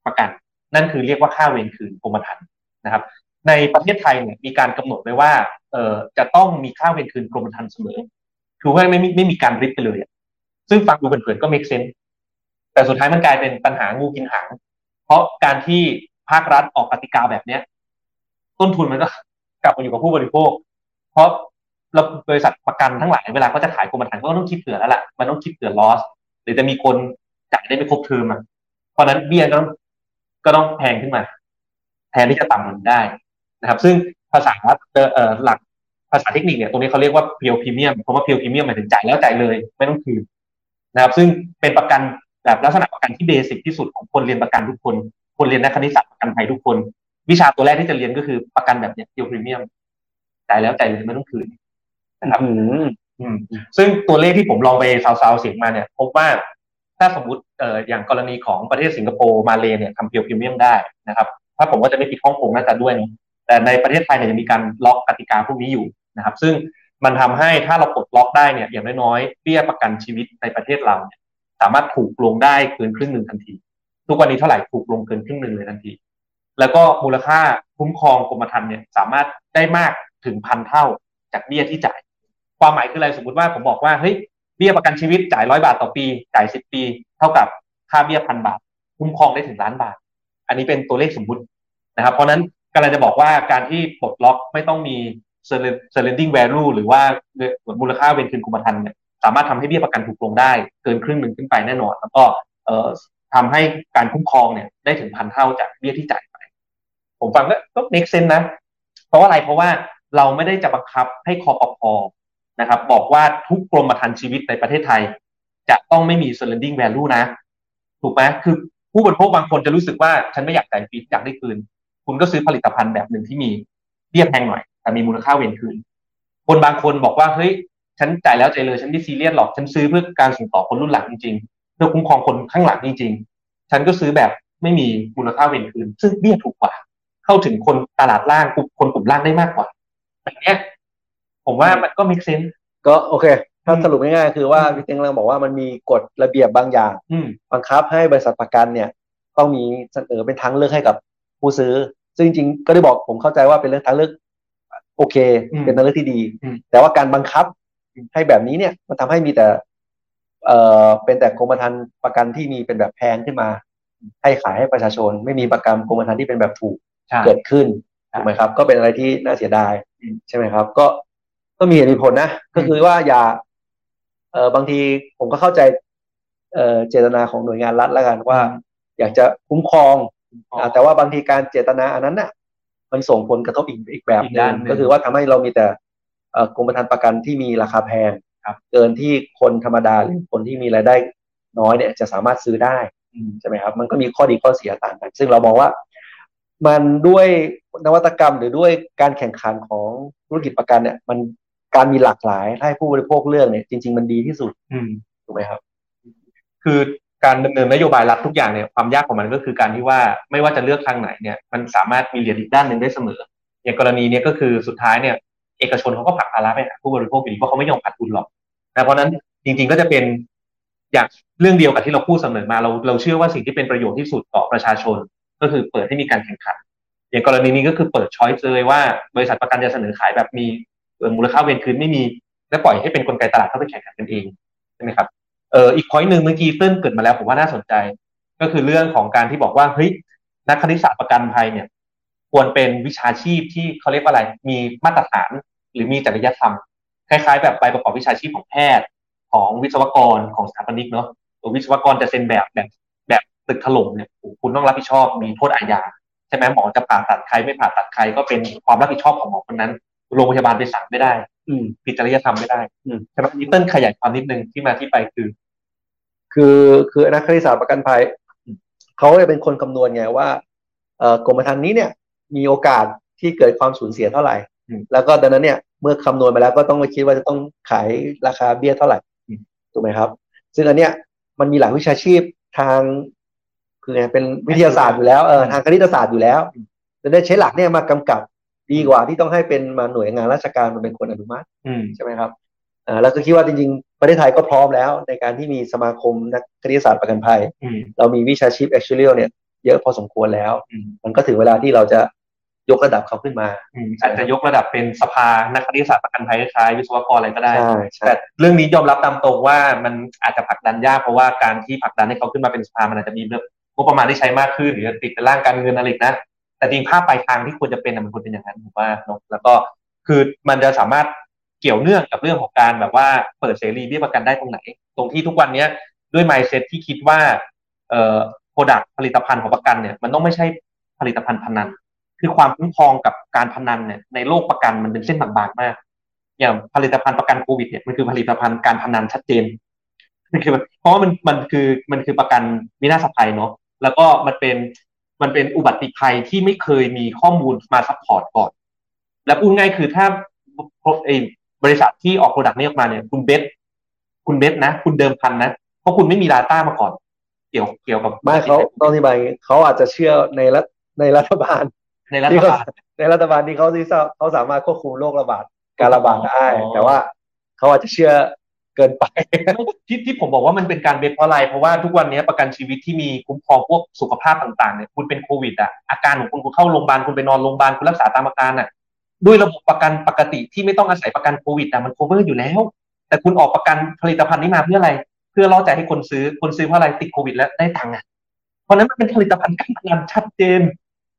ประกัน นั่นคือเรียกว่าค่าเวรคืนกรมธรรม์นะครับ ในประเทศไทยเนี่ยมีการกำหนดไว้ว่าเอ่อจะต้องมีค่าเวรคืนกรมธรรม์เสมอ คือว่าไม่มีไม่มีการริบไปเลยอะซึ่งฟังดูเผินๆก็ make sense แต่สุดท้ายมันกลายเป็นปัญหางูกินหาง เพราะการที่ภาครัฐออกกติกาแบบเนี้ย ต้นทุนมันก็ กลับมาอยู่กับผู้บริโภค เพราะ เราบริษัทประกันทั้งหลายเวลาเขาจะขายกรมธรรม์เขาก็ต้องคิดเผื่อแล้วล่ะมันต้องคิดเผื่อ loss หรือจะมีคนจ่ายได้ไม่ครบเทอมอ่ะเพราะฉะนั้นเบี้ยก็ต้องก็ต้องแพงขึ้นมา แทนที่จะต่ำลงได้นะครับ ซึ่งภาษาเอ่อเอ่อหลักภาษาเทคนิคเนี่ยตรงนี้เขาเรียกว่าเพียวพรีเมียมคำว่าเพียวพรีเมียมหมายถึงจ่ายแล้วจ่ายเลย ไม่ต้องคืนนะครับ ซึ่งเป็นประกันแบบลักษณะประกันที่เบสิกที่สุดของคนเรียนประกันทุกคน คนเรียนนักคณิตศาสตร์ประกันภัยทุกคน วิชาตัวแรกที่จะเรียนก็คือประกันแบบเนี้ยเพียวพรีเมียมจ่ายแล้วจ่ายเลยไม่ต้องคืนนะครับ
อืม
อืมซึ่งตัวเลขที่ผมลองไปซาวๆเสียงมาเนี่ยพบว่าถ้าสมมติเอ่ออย่างกรณีของประเทศสิงคโปร์มาเลเนี่ยทำเพียวพรีเมียมได้นะครับ ถ้าผมว่าจะไม่ผิดฮ่องกงน่าจะด้วยเนอะแต่ในประเทศไทยเนี่ยจะมีการล็อกกติกาพวกนี้อยู่นะครับ ซึ่งมันทำให้ถ้าเราปลดล็อกได้เนี่ยอย่างน้อยๆเบี้ยประกันชีวิตในประเทศเราเนี่ยสามารถถูกลงได้เกินครึ่งหนึ่งทันที ทุกวันนี้เท่าไหร่ถูกลงเกินครึ่งหนึ่งเลยทันที แล้วก็มูลค่าคุ้มครองกรมธรรม์เนี่ยสามารถได้มากถึงพันเท่าจากเบี้ยที่จ่าย ความหมายคืออะไรสมมติว่าผมบอกว่าเฮ้ยเบี้ยประกันชีวิตจ่ายร้อยบาทต่อปีจ่ายสิบปี เท่ากับค่าเบี้ยพันบาท คุ้มครองได้ถึงล้านบาท อันนี้เป็นตัวเลขสมมุตินะครับ เพราะฉะนั้นกำลังจะบอกว่าการที่ปลดล็อกไม่ต้องมี surrendering value หรือว่ามูลค่าเวนคืนกรมธรรม์เนี่ยสามารถทำให้เบี้ยประกันถูกลงได้เกินครึ่งหนึ่งขึ้นไปแน่นอน แล้วก็เอ่อทำให้การคุ้มครองเนี่ยได้ถึงพันเท่าจากเบี้ยที่จ่ายไป ผมฟังก็ก็ make sense นะ เพราะว่าอะไรเพราะว่าเราไม่ได้จะบังคับให้คอปพอ นะครับบอกว่าทุกกรมธรรม์ชีวิตในประเทศไทย จะต้องไม่มี surrendering value นะ ถูกไหมคือผู้บริโภคบางคนจะรู้สึกว่าฉันไม่อยากจ่ายฟรีอยากได้คืน คุณก็ซื้อผลิตภัณฑ์แบบหนึ่งที่มีเบี้ยแพงหน่อย แต่มีมูลค่าเวรคืน คนบางคนบอกว่าเฮ้ยฉันจ่ายแล้วจ่ายเลยฉันไม่ซีเรียสหรอกฉันซื้อเพื่อการส่งต่อคนรุ่นหลังจริงๆเพื่อคุ้มครองคนข้างหลังจริงๆ ฉันก็ซื้อแบบไม่มีมูลค่าเวรคืน ซึ่งเบี้ยถูกกว่า เข้าถึงคนตลาดล่างกลุ่มคนกลุ่มล่างได้มากกว่าแบบเนี้ยผมว่ามันก็มีเซน
ก็โอเคถ้าสรุปง่ายๆคือว่าพี่เต็งกำลังบอกว่ามันมีกฎระเบียบบางอย่าง
อืม
บังคับให้บริษัทประกันเนี่ย ต้องมีเสนอเป็นทางเลือกให้กับผู้ซื้อ ซึ่งจริงๆก็ได้บอกผมเข้าใจว่าเป็นเรื่องทางเลือกโอเค
อืม
เป็นทางเลือกที่ดี
อืม
แต่ว่าการบังคับให้แบบนี้เนี่ยมันทำให้มีแต่ เอ่อเป็นแต่กรมธรรม์ประกันที่มีเป็นแบบแพงขึ้นมา ให้ขายให้ประชาชน ไม่มีประกันกรมธรรม์ที่เป็นแบบถูก
ใช่
เกิดขึ้น
ค
ถู
รับ
กไหมครับ ก็เป็นอะไรที่น่าเสียดาย
อืม
ใช่ไหมครับ ก็ก็มีเหตุมีผลนะ ก็คือว่าอย่า เออบางทีผมก็เข้าใจ เออเจตนาของหน่วยงานรัฐละกันว่า
อืม
อยากจะคุ้มครองอ่าแต่ว่าบางทีการเจตนาอันนั้นน่ะ มันส่งผลกระทบอีกอีกแบบ
อีก
หนึ่
ด้าน
ง
หนึ่ง
ก็คือว่าทำให้เรามีแต่เอ่อกรมธรรม์ประกันที่มีราคาแพง
ครับ
เกินที่คนธรรมดาหรือคนที่มีรายได้น้อยเนี่ย จะสามารถซื้อได้
อืม
ใช่ไหมครับ มันก็มีข้อดีข้อเสียต่างกัน ซึ่งเรามองว่ามันด้วยนวัตกรรมหรือด้วยการแข่งขันของธุรกิจประกันเนี่ย มันการมีหลากหลายถ้าให้ผู้บริโภคเลือกเนี่ยจริง ๆ มันดีที่สุด
อืม
ถูกไหมครับ
คือการดำเนินนโยบายรัฐทุกอย่างเนี่ยความยากของมันก็คือการที่ว่าไม่ว่าจะเลือกทางไหนเนี่ยมันสามารถมีเหรียญอีกด้านหนึ่งได้เสมอ อย่างกรณีเนี้ยก็คือสุดท้ายเนี่ยเอกชนเขาก็ผลักภาระไปหาผู้บริโภคอยู่ดีเพราะเขาไม่ยอมขาดทุนหรอกนะเพราะฉะนั้นจริง ๆก็จะเป็นอย่างเรื่องเดียวกับที่เราพูดเสมอมาเราเราเชื่อว่าสิ่งที่เป็นประโยชน์ที่สุดต่อประชาชน ก็คือเปิดให้มีการแข่งขัน อย่างกรณีนี้ก็คือเปิดช้อยเลยว่าบริษัทประกันจะเสนอขายแบบมีเอ่อมูลค่าเวรคืนไม่มีและปล่อยให้เป็นกลไกตลาดเข้าไปแข่งขันกันเองใช่ไหมครับ เอ่ออีก point หนึ่งเมื่อกี้เติ้ลเกริดมาแล้วผมว่าน่าสนใจ ก็คือเรื่องของการที่บอกว่าเฮ้ยนักคณิตศาสตร์ประกันภัยเนี่ย ควรเป็นวิชาชีพที่เขาเรียกว่าอะไร มีมาตรฐานหรือมีจริยธรรม คล้ายๆ แบบใบประกอบวิชาชีพของแพทย์ ของวิศวกรของสถาปนิกเนาะเออวิศวกรจะเซ็นแบบแบบแบบตึกถล่มเนี่ยโอ้โหคุณต้องรับผิดชอบมีโทษอาญาใช่ไหมหมอจะผ่าตัดใครไม่ผ่าตัดใครก็เป็นความรับผิดชอบของหมอคนนั้นโรงพยาบาลไปสั่งไม่ได้
อืม
ผิดจริยธรรมไม่ได้
อืม
ใช่ไหมอันนี่เติ้ลขยายความนิดนึงที่มาที่ไปคือ
คือคือนักคณิตศาสตร์ประกันภัยเขาจะเป็นคนคำนวณไงว่าเอ่อกรมธรรม์นี้เนี่ย มีโอกาสที่เกิดความสูญเสียเท่าไหร่
อืม
แล้วก็ดังนั้นเนี่ย เมื่อคำนวณไปแล้วก็ต้องไปคิดว่าจะต้องขายราคาเบี้ยเท่าไหร่
อืม
ถูกไหมครับ ซึ่งอันเนี้ยมันมีหลายวิชาชีพทาง คือไงเป็นวิทยาศาสตร์อยู่แล้วเออทางคณิตศาสตร์อยู่แล้วดังนั้นใช้หลักเนี่ยมากำกับดีกว่าที่ต้องให้เป็นมาหน่วยงานราชการมันเป็นคนอนุมัติ
อืม
ใช่ไหมครับอ่าแล้วก็คิดว่าจริงๆ ประเทศไทยก็พร้อมแล้ว ในการที่มีสมาคมนักคณิตศาสตร์ประกันภัย
อืม
เรามีวิชาชีพ actuarial เนี่ยเยอะพอสมควรแล้ว
อืม
มันก็ถึงเวลาที่เราจะยกระดับเขาขึ้นมา
อืมอาจจะยกระดับเป็นสภานักคณิตศาสตร์ประกันภัยคล้ายๆวิศวกรอะไรก็ได้
ใช่ใช่
แต่เรื่องนี้ยอมรับตามตรงว่ามันอาจจะผลักดันยากเพราะว่าการที่ผลักดันให้เขาขึ้นมาเป็นสภามันอาจจะมีเรื่องงบประมาณที่ใช้มากขึ้นหรือติดเป็นร่างการเงินอะไรอีกนะ แต่จริงภาพปลายทางที่ควรจะเป็นน่ะมันควรเป็นอย่างนั้นผมว่าเนอะแล้วก็คือมันจะสามารถ เกี่ยวเนื่องกับเรื่องของการแบบว่าเปิดเสรีเบี้ยประกันได้ตรงไหน ตรงที่ทุกวันเนี้ยด้วย mindset ที่คิดว่าเอ่อ product ผลิตภัณฑ์ของประกันเนี่ยมันต้องไม่ใช่ผลิตภัณฑ์พนัน คือความคุ้มครองกับการพนันเนี่ยในโลกประกันมันเป็นเส้นบางๆมาก อย่างผลิตภัณฑ์ประกันโควิดเนี่ยมันคือผลิตภัณฑ์การพนันชัดเจนมันคือแบบเพราะว่ามันมันคือมันคือประกันวินาศภัยเนาะแล้วก็มันเป็นมันเป็นอุบัติภัยที่ไม่เคยมีข้อมูลมาซัพพอร์ตก่อน และพูดง่ายคือถ้าไอ้บริษัทที่ออกโปรดักต์นี้ออกมาเนี่ยคุณเบสคุณเบสนะ คุณเดิมพันนะ เพราะคุณไม่มี Data มาก่อน เกี่ยวเกี่ยวกับ
ไม่เขาต้องอธิบายอย่างงี้เขาอาจจะเชื่อในรัฐในรัฐบาล
ในรัฐ
ที่เขา
บาล
ในรัฐบาลที่เขาที่ทราบเขาสามารถควบคุมโรคระบาดการระบาดได้
อ๋อ
แต่ว่าเขาอาจจะเชื่อเกินไป
ไม่ ที่ที่ผมบอกว่ามันเป็นการเบสเพราะอะไรเพราะว่าทุกวันนี้ประกันชีวิตที่มีคุ้มครองพวกสุขภาพต่างๆเนี่ยคุณเป็นโควิดอ่ะอาการของคุณคุณเข้าโรงพยาบาลคุณไปนอนโรงพยาบาลคุณรักษาตามอาการอ่ะด้วยระบบประกันปกติที่ไม่ต้องอาศัยประกันโควิดอ่ะมัน cover อยู่แล้ว แต่คุณออกประกันผลิตภัณฑ์นี้มาเพื่ออะไร เพื่อล่อใจให้คนซื้อคนซื้อเพราะอะไรติดโควิดแล้วได้ตังค์อ่ะเพราะฉะนั้นมันเป็นผลิตภัณฑ์การพนันชัดเจน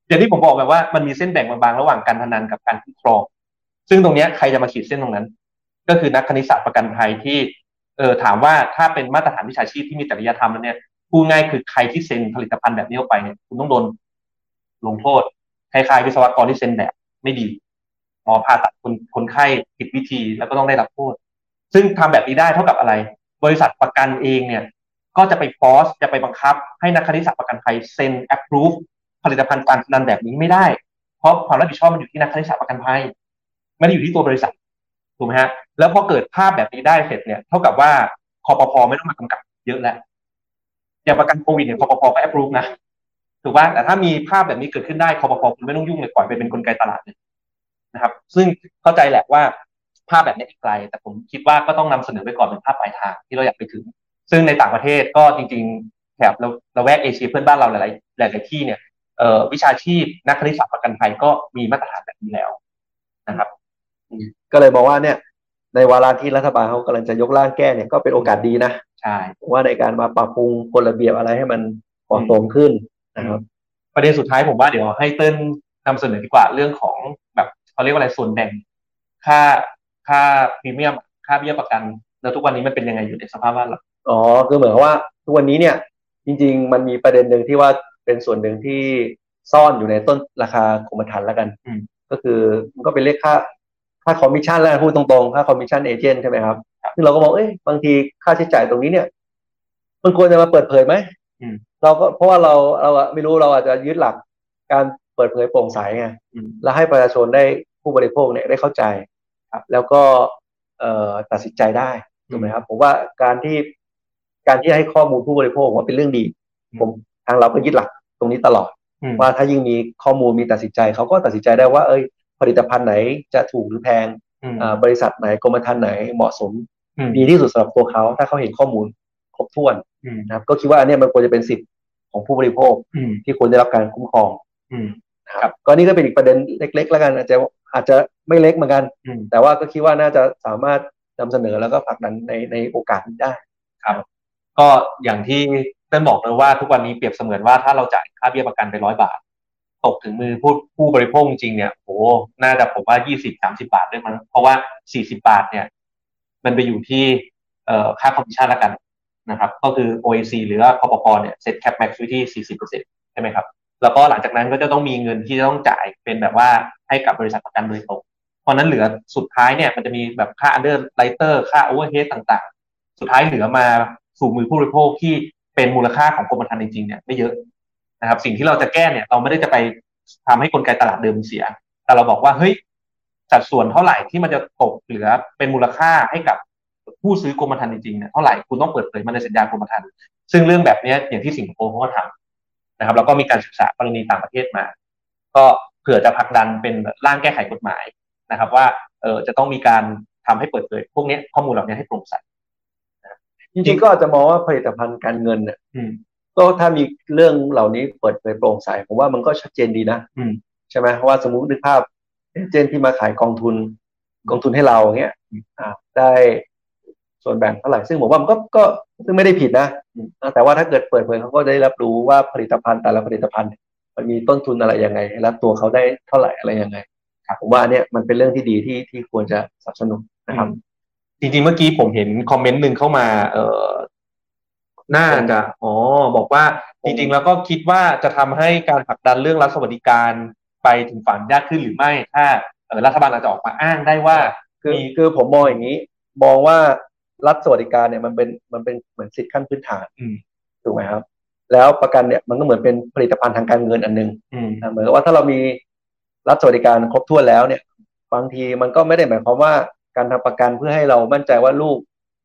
อย่างที่ผมบอกแบบว่ามันมีเส้นแบ่งบางๆระหว่างการพนันกับการคุ้มครอง ซึ่งตรงเนี้ยใครจะมาขีดเส้นตรงนั้น ก็คือนักคณิตศาสตร์ประกันภัยที่ เออถามว่าถ้าเป็นมาตรฐานวิชาชีพที่มีจริยธรรมแล้วเนี่ยพูดง่ายคือใครที่เซ็นผลิตภัณฑ์แบบนี้ออกไปเนี่ยคุณต้องโดนลงโทษคล้ายๆวิศวกรที่เซ็นแบบไม่ดีหมอผ่าตัดคนคนไข้ผิดวิธีแล้วก็ต้องได้รับโทษ ซึ่งทำแบบนี้ได้เท่ากับอะไร บริษัทประกันเองเนี่ย ก็จะไปฟอสจะไปบังคับ ให้นักคณิตศาสตร์ประกันภัยเซ็นแอปรูฟผลิตภัณฑ์การพนันแบบนี้ไม่ได้ เพราะความรับผิดชอบมันอยู่ที่นักคณิตศาสตร์ประกันภัยไม่ได้อยู่ที่ตัวบริษัท ถูกไหมฮะ แล้วพอเกิดภาพแบบนี้ได้เสร็จเนี่ย เท่ากับว่าคอปพอไม่ต้องมากำกับเยอะแล้ว อย่างประกันโควิดเนี่ยคอปพอก็แอปรูฟนะ ถูกป่ะแต่ถ้ามีภาพแบบนี้เกิดขึ้นได้คอปพอคุณไม่ต้องยุ่งเลยปล่อยไปเป็นกลไกตลาดเลยนะครับ ซึ่งเข้าใจแหละว่าภาพแบบนี้ไกล แต่ผมคิดว่าก็ต้องนำเสนอไปก่อนเป็นภาพปลายทางที่เราอยากไปถึง ซึ่งในต่างประเทศก็จริง ๆ แถบเราเราแวกเอเชียเพื่อนบ้านเราหลายๆหลายๆที่เนี่ยเอ่อวิชาชีพนักคณิตศาสตร์ประกันภัยก็มีมาตรฐานแบบนี้แล้วนะครับ
ก็เลยบอกว่าเนี่ย ในวาระที่รัฐบาลเขากำลังจะยกร่างแก้เนี่ยก็เป็นโอกาสดีนะ
ใช่
ว่าในการมาปรับปรุงกฎระเบียบอะไรให้มันเหมาะสมขึ้นนะครับ
ประเด็นสุดท้ายผมว่าเดี๋ยวให้เติ้ลนำเสนอดีกว่าเรื่องของแบบเขาเรียกว่าอะไรส่วนแบ่ง ค่าค่าพรีเมียมค่าเบี้ยประกัน แล้วทุกวันนี้มันเป็นยังไงอยู่ในสภาพบ้านเรา
อ๋อคือเหมือนกับว่าทุกวันนี้เนี่ยจริง ๆ มันมีประเด็นหนึ่งที่ว่าเป็นส่วนหนึ่งที่ซ่อนอยู่ในต้นราคากรมธรรม์แล้วกัน
อืม
ก็คือมันก็เป็นเลขค่าค่าคอมมิชชั่นแล้วกันพูดตรงๆ ค่าคอมมิชชั่นเอเจนต์ใช่ไหมครับซึ่งเราก็บอกเอ้ยบางทีค่าใช้จ่ายตรงนี้เนี่ย มันควรจะมาเปิดเผยไหม
อืม
เราก็เพราะว่าเราเราอะไม่รู้เราอาจจะยึดหลักการเปิดเผยโปร่งใสไง
อืม
แล้วให้ประชาชนได้ผู้บริโภคเนี่ยได้เข้าใจแล้วก็เอ่อตัดสินใจได้ ถูกไหมครับผมว่าการที่การที่ให้ข้อมูลผู้บริโภคผมว่าเป็นเรื่องดี
อืม
ผมทางเราก็ยึดหลักตรงนี้ตลอด
อืม
ว่าถ้ายิ่งมีข้อมูลมีตัดสินใจเขาก็ตัดสินใจได้ว่า เอ้ย ผลิตภัณฑ์ไหนจะถูกหรือแพง
อืม
อ่าบริษัทไหนกรมธรรม์ไหนเหมาะสม
อืม
ดีที่สุดสำหรับตัวเขาถ้าเขาเห็นข้อมูลครบถ้วน
อืม
นะครับ ก็คิดว่าอันเนี้ยมันควรจะเป็นสิทธิ์ของผู้บริโภค
อืม
ที่ควรได้รับการคุ้มครอง
อืม
นะครับก็นี่ก็เป็นอีกประเด็นเล็ก ๆ แล้วกันอาจจะอาจจะไม่เล็กเหมือนกัน
อืม
แต่ว่าก็คิดว่าน่าจะสามารถนำเสนอแล้วก็ผลักดันในในโอกาสนี้ได้
ก็อย่างที่เต้นบอกเลยว่าทุกวันนี้เปรียบเสมือนว่าถ้าเราจ่ายค่าเบี้ยประกันไปร้อยบาท ตกถึงมือผู้ผู้บริโภคจริงๆเนี่ยโอ้โหน่าจะผมว่ายี่สิบสามสิบาทด้วยมั้งเพราะว่าสี่สิบาทเนี่ย มันไปอยู่ที่เอ่อค่าคอมมิชชั่นละกันนะครับ ก็คือ OAC หรือว่าคอปปเนี่ยเซ็ตแคปแม็กซ์ไว้ที่สี่สิบเปอร์เซ็นต์ใช่ไหมครับ แล้วก็หลังจากนั้นก็จะต้องมีเงินที่จะต้องจ่ายเป็นแบบว่าให้กับบริษัทประกันโดยตรง เพราะฉะนั้นเหลือสุดท้ายเนี่ยมันจะมีแบบค่าอันเดอร์ไลเตอร์ค่าโอเวอร์เฮดต่าง ๆ สุดท้ายเหลือมาสู่มือผู้บริโภคที่เป็นมูลค่าของกรมธรรม์จริงๆเนี่ยไม่เยอะนะครับ สิ่งที่เราจะแก้เนี่ยเราไม่ได้จะไปทำให้กลไกตลาดเดิมเสีย แต่เราบอกว่าเฮ้ยสัดส่วนเท่าไหร่ที่มันจะตกเหลือเป็นมูลค่าให้กับผู้ซื้อกรมธรรม์จริงๆเนี่ยเท่าไหร่คุณต้องเปิดเผยมาในสัญญากรมธรรม์ซึ่งเรื่องแบบเนี้ยอย่างที่สิงคโปร์เขาก็ทำนะครับ แล้วก็มีการศึกษากรณีต่างประเทศมา ก็เผื่อจะผลักดันเป็นร่างแก้ไขกฎหมายนะครับ ว่าเออจะต้องมีการทำให้เปิดเผยพวกเนี้ยข้อมูลเหล่านี้ให้โปร่งใส
จริงๆก็อาจจะมองว่าผลิตภัณฑ์การเงินเนี่ย
อืม
ก็ถ้ามีเรื่องเหล่านี้เปิดเผยโปร่งใสผมว่ามันก็ชัดเจนดีนะ
อืม
ใช่ไหมเพราะว่าสมมตินึกภาพเอเจนที่มาขายกองทุน กองทุนให้เราอย่างเงี้ย
อืม
อ่าได้ส่วนแบ่งเท่าไหร่ซึ่งผมว่ามันก็ก็ซึ่งไม่ได้ผิดนะ
อืม
แต่ว่าถ้าเกิดเปิดเผยเขาก็ได้รับรู้ว่าผลิตภัณฑ์แต่ละผลิตภัณฑ์ มันมีต้นทุนอะไรยังไงและตัวเขาได้เท่าไหร่อะไรยังไงผมว่าอันเนี้ยมันเป็นเรื่องที่ดีที่ที่ควรจะสนับสนุน
นะครับ จริงๆเมื่อกี้ผมเห็นคอมเมนต์หนึ่งเข้ามา เออน่าจะอ๋อบอกว่าจริง ๆ แล้วก็คิดว่าจะทำให้การผลักดันเรื่องรัฐสวัสดิการไปถึงฝันยากขึ้นหรือไม่ ถ้าเอ่อรัฐบาลอาจจะออกมาอ้างได้ว่า
คือ
มี
คือผมมองอย่างนี้ มองว่ารัฐสวัสดิการเนี่ยมันเป็นมันเป็นเหมือนสิทธิขั้นพื้นฐาน
อืม
ถูกไหมครับ แล้วประกันเนี่ยมันก็เหมือนเป็นผลิตภัณฑ์ทางการเงินอันหนึง
อืม
นะเหมือนกับว่าถ้าเรามีรัฐสวัสดิการครบถ้วนแล้วเนี่ย บางทีมันก็ไม่ได้หมายความว่าการทำประกันเพื่อให้เรามั่นใจว่าลูก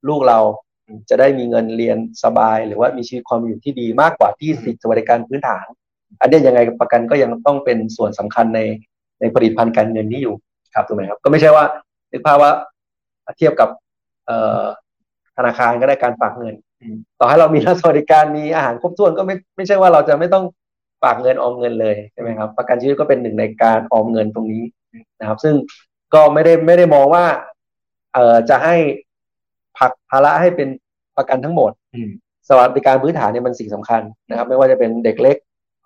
ลูกเรา
อืม
จะได้มีเงินเรียนสบาย หรือว่ามีชีวิตความอยู่ที่ดีมากกว่าที่สิทธิสวัสดิการพื้นฐาน อันเนี้ยยังไงประกันก็ยังต้องเป็นส่วนสำคัญในในผลิตภัณฑ์การเงินนี้อยู่ครับถูกไหมครับ ก็ไม่ใช่ว่า นึกภาพว่าเทียบกับเอ่อธนาคารก็ได้การฝากเงิน
อืม
ต่อให้เรามีรัฐสวัสดิการมีอาหารครบถ้วนก็ไม่ไม่ใช่ว่าเราจะไม่ต้องฝากเงินออมเงินเลยใช่ไหมครับประกันชีวิตก็เป็นหนึ่งในการออมเงินตรงนี้นะครับ ซึ่งก็ไม่ได้ไม่ได้มองว่าเอ่อจะให้ผลักภาระให้เป็นประกันทั้งหมด
อืม
สวัสดิการพื้นฐานเนี่ยมันสิ่งสำคัญนะครับ ไม่ว่าจะเป็นเด็กเล็ก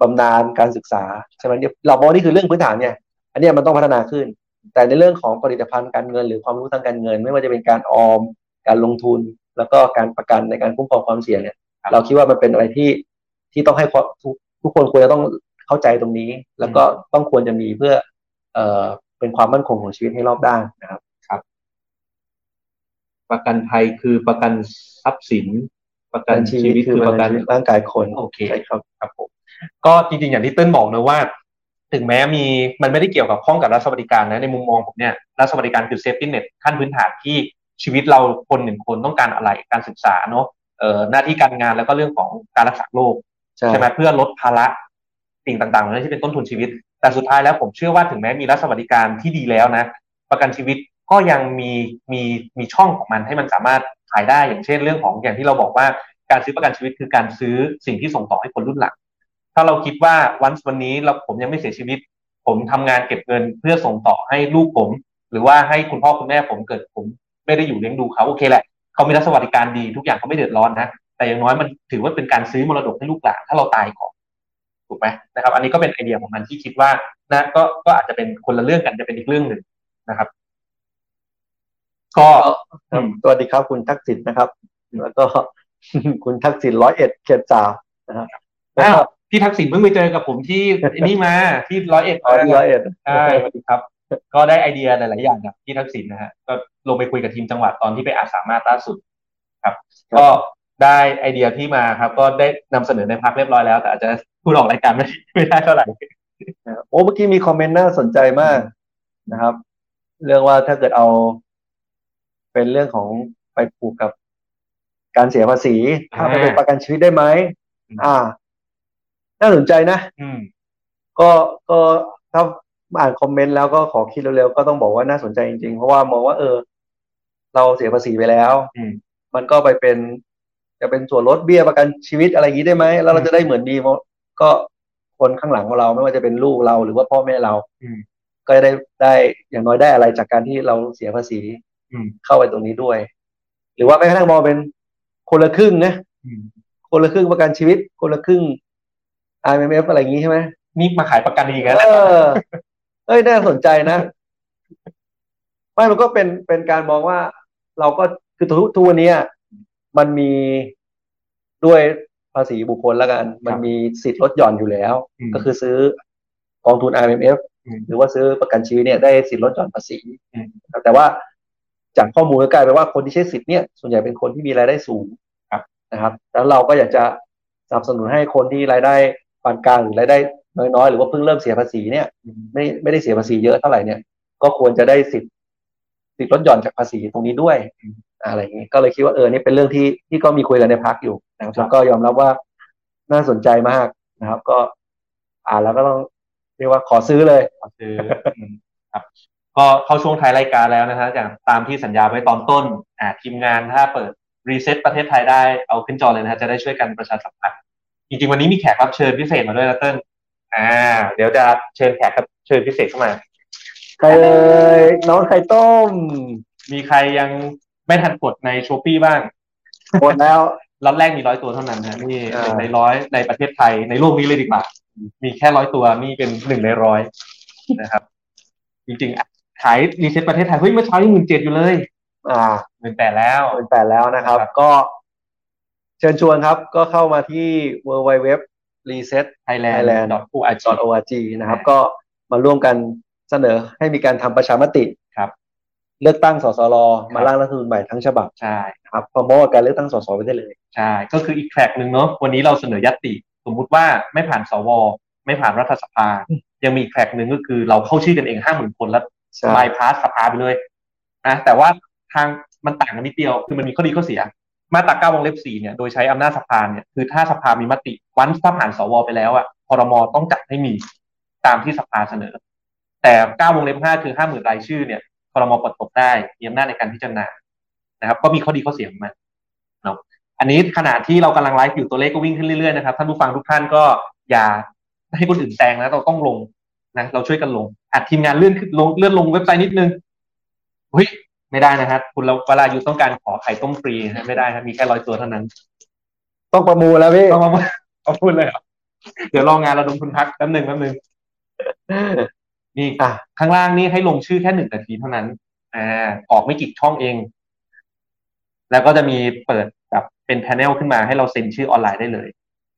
บำนาญการศึกษาใช่ไหมเนี่ยเรามองนี่คือเรื่องพื้นฐานเนี่ย อันเนี้ยมันต้องพัฒนาขึ้น แต่ในเรื่องของผลิตภัณฑ์การเงิน หรือความรู้ทางการเงิน ไม่ว่าจะเป็นการออม การลงทุน แล้วก็การประกันในการคุ้มครองความเสี่ยงเนี่ย
ครับ
เราคิดว่ามันเป็นอะไรที่ที่ต้องให้ความทุกทุกคนควรจะต้องเข้าใจตรงนี้ แล้วก็ต้องควรจะมีเพื่อ เอ่อเป็นความมั่นคงของชีวิตให้รอบด้านนะครับ
ประกันภัยคือประกันทรัพย์สิน ประกันชีวิตคือประกัน
ชีวิตร่างกายคน
โอเค
ใช่ครับ
ครับผมก็จริงๆอย่างที่เติ้ลบอกนะว่า ถึงแม้มีมันไม่ได้เกี่ยวกับข้องกับรัฐสวัสดิการนะในมุมมองผมเนี่ยรัฐสวัสดิการคือเซฟตี้เน็ตขั้นพื้นฐานที่ชีวิตเราคนหนึ่งคนต้องการอะไรการศึกษาเนาะเอ่อหน้าที่การงานแล้วก็เรื่องของการรักษาโรค ใช่ไหมเพื่อลดภาระสิ่งต่างๆเหล่านั้นที่เป็นต้นทุนชีวิต แต่สุดท้ายแล้วผมเชื่อว่าถึงแม้มีรัฐสวัสดิการที่ดีแล้วนะ ประกันชีวิตก็ยังมีมีมีช่องของมันให้มันสามารถขายได้อย่างเช่นเรื่องของอย่างที่เราบอกว่าการซื้อประกันชีวิตคือการซื้อสิ่งที่ส่งต่อให้คนรุ่นหลัง ถ้าเราคิดว่าวันวันนี้เราผมยังไม่เสียชีวิต ผมทำงานเก็บเงินเพื่อส่งต่อให้ลูกผม หรือว่าให้คุณพ่อคุณแม่ผมเกิดผมไม่ได้อยู่เลี้ยงดูเขาโอเคแหละเขามีรัฐสวัสดิการดีทุกอย่างเขาไม่เดือดร้อนนะ แต่อย่างน้อยมันถือว่าเป็นการซื้อมรดกให้ลูกหลานถ้าเราตายก่อนถูกไหมนะครับ อันนี้ก็เป็นไอเดียของมันที่คิดว่านะก็ก็อาจจะเป็นคนละเรื่องกันจะเป็นอีกเรื่องหนึ่งนะครับ ก็อืม
สวัสดีครับคุณทักษิณนะครับ
อืม
แล้วก็ คุณทักษิณร้อยเอ็ดเขตสามนะครับ
อ้าวพี่ทักษิณเพิ่งไปเจอกับผม ที่ไอ้นี่มาที่ร้อยเอ็ด
ร้อยร้อยเอ็ด
ใช่สวัสดีครับ ก็ได้ไอเดียหลาย ๆ อย่างจากพี่ทักษิณนะฮะก็ลงไปคุยกับทีมจังหวัดตอนที่ไปอาสามารถล่าสุดครับ ก็ได้ไอเดียที่มาครับ ก็ได้นำเสนอในพักเรียบร้อยแล้ว แต่อาจจะพูดออกรายการไม่ไม่ได้เท่ าไหร่
โอ้เมื่อกี้มีคอมเมนต์น่าสนใจมากนะครับ เรื่องว่าถ้าเกิดเอา เป็นเรื่องของไปผูกกับการเสียภาษี ถ้าไปเป็น
อ่า
ประกันชีวิตได้ไหม
อืม
อ่า น่าสนใจนะ
อืม
ก็ก็ถ้าอ่านคอมเมนต์แล้วก็ขอคิดเร็วๆก็ต้องบอกว่าน่าสนใจจริงๆ เพราะว่ามองว่า เออ เราเสียภาษีไปแล้ว
อืม
มันก็ไปเป็นจะเป็นส่วนลดเบี้ยประกันชีวิตอะไรอย่างนี้ได้ไหมแล้วเราจะได้เหมือนดีหมดก็คนข้างหลังของเราไม่ว่าจะเป็นลูกเราหรือว่าพ่อแม่เรา
อืม
ก็ได้ได้อย่างน้อยได้อะไรจากการที่เราเสียภาษี
อืม
เข้าไปตรงนี้ด้วย หรือว่าแม้กระทั่งมองเป็นคนละครึ่งนะ
อืม
คนละครึ่งประกันชีวิต คนละครึ่ง IMF อะไรอย่างนี้ใช่ไหม
นี่มาขายประกันอีกแล้วแห
เอ อ
ละ
เอ้ยน่าสนใจนะ ไม่มันก็เป็นเป็นการมองว่า เราก็คือทุกทุกวันเนี้ยมันมีด้วยภาษีบุคคลแล้วกัน มันมีสิทธิ์ลดหย่อนอยู่แล้ว
อืม
ก็คือซื้อกองทุน IMF
อืม
หรือว่าซื้อประกันชีวิตเนี่ยได้สิทธิ์ลดหย่อนภาษี
อืม
ครับแต่ว่าจากข้อมูลก็กลายเป็นว่าคนที่ใช้สิทธิ์เนี่ยส่วนใหญ่เป็นคนที่มีรายได้สูง
ครับ
นะครับ แล้วเราก็อยากจะสนับสนุนให้คนที่รายได้ปานกลางหรือรายได้น้อยๆหรือว่าเพิ่งเริ่มเสียภาษีเนี่ยไม่ไม่ได้เสียภาษีเยอะเท่าไหร่เนี่ย ก็ควรจะได้สิทธิ์สิทธิ์ลดหย่อนจากภาษีตรงนี้ด้วย อะไรอย่างนี้ก็เลยคิดว่าเออนี่เป็นเรื่องที่ที่ก็มีคุยกันในพักอยู่นะครับแล้วก็ยอมรับว่าน่าสนใจมากนะครับ ก็อ่านแล้วก็ต้องเรียกว่าขอซื้อเลย
ขอซื้ออืมครับก็เข้าช่วงท้ายรายการแล้วนะฮะอย่างตามที่สัญญาไว้ตอนต้นอ่าทีมงานถ้าเปิดรีเซ็ตประเทศไทยได้เอาขึ้นจอเลยนะฮะจะได้ช่วยกันประชาสัมพันธ์จริงๆวันนี้มีแขกรับเชิญพิเศษมาด้วยนะเติ้ลอ่า เดี๋ยวจะเชิญแขกรับเชิญพิเศษเข้ามา
ใครเอ่ยน้องไข่ต้ม
มีใครยังไม่ทันกดในช้อปปี้บ้าง
หมดแล้ว
ล็อตแรกมีร้อยตัวเท่านั้นนะนี่
อ่า
หนึ่งในร้อยในประเทศไทยในโลกนี้เลยดีกว่า มีแค่ร้อยตัวนี่เป็นหนึ่งในร้อยนะครับ จริงๆอ่ะขายรีเซ็ตประเทศไทยเฮ้ยเมื่อเช้ายังหมื่นเจ็ดอยู่เลย
อ่า
หมื่นแปดแล้ว
เป็นแปดแล้วนะครับ
ครับ
ก็เชิญชวนครับ ก็เข้ามาที่ www reset Thailand
thailand.org
org นะครับ ก็มาร่วมกันเสนอให้มีการทำประชามติ
ครับ
เลือกตั้งสสร
ครั
มา
บ
ร่างรัฐธรรมนูญใหม่ทั้งฉบับ
ใช่
นะครับพร้อมกับการเลือกตั้งสสไปได้เลย
ใช่ก็คืออีกแทร็กหนึ่งเนาะวันนี้เราเสนอยัตติ สมมุติว่าไม่ผ่านสว ไม่ผ่านรัฐสภา ยังมีอีกแทร็กหนึ่งก็คือเราเข้าชื่อกันเองห้าหมื่นคนแล้ว
ใช่
บายพาสสภาไปเลยนะแต่ว่าทางมันต่างกันนิดเดียว คือมันมีข้อดีข้อเสีย มาตราเก้าวงเล็บสี่เนี่ย โดยใช้อำนาจสภาเนี่ย คือถ้าสภามีมติ วันถ้าผ่านสวไปแล้วอ่ะพรมต้องจัดให้มีตามที่สภาเสนอ แต่เก้าวงเล็บห้าคือห้าหมื่นรายชื่อเนี่ยพรมปลดปลดได้ มีอำนาจในการพิจารณา นะครับ ก็มีข้อดีข้อเสียของมันเนาะ อันนี้ขณะที่เรากำลังไลฟ์อยู่ตัวเลขก็วิ่งขึ้นเรื่อยๆนะครับท่านผู้ฟังทุกท่านก็อย่าให้คนอื่นแซงนะเราต้องลง นะเราช่วยกันลงอัดทีมงานเลื่อนขึ้นลงเลื่อนลงเว็บไซต์นิดนึงเฮ้ยไม่ได้นะครับคุณเราเวลาอยู่ต้องการขอไข่ต้มฟรีนะไม่ได้ครับมีแค่ร้อยตัวเท่านั้น
ต้องประมูลแล้วพี่
ต้องมาเอาพูดเลยเหรอเดี๋ยวรองานระดมทุนพักแป๊บหนึ่งแป๊บหนึ่งนี่
อ่ะ
ข้างล่างนี่ให้ลงชื่อแค่หนึ่งนาทีเท่านั้น อ่าออกไม่กี่ช่องเอง แล้วก็จะมีเปิดแบบเป็นแพนเนลขึ้นมาให้เราเซ็นชื่อออนไลน์ได้เลย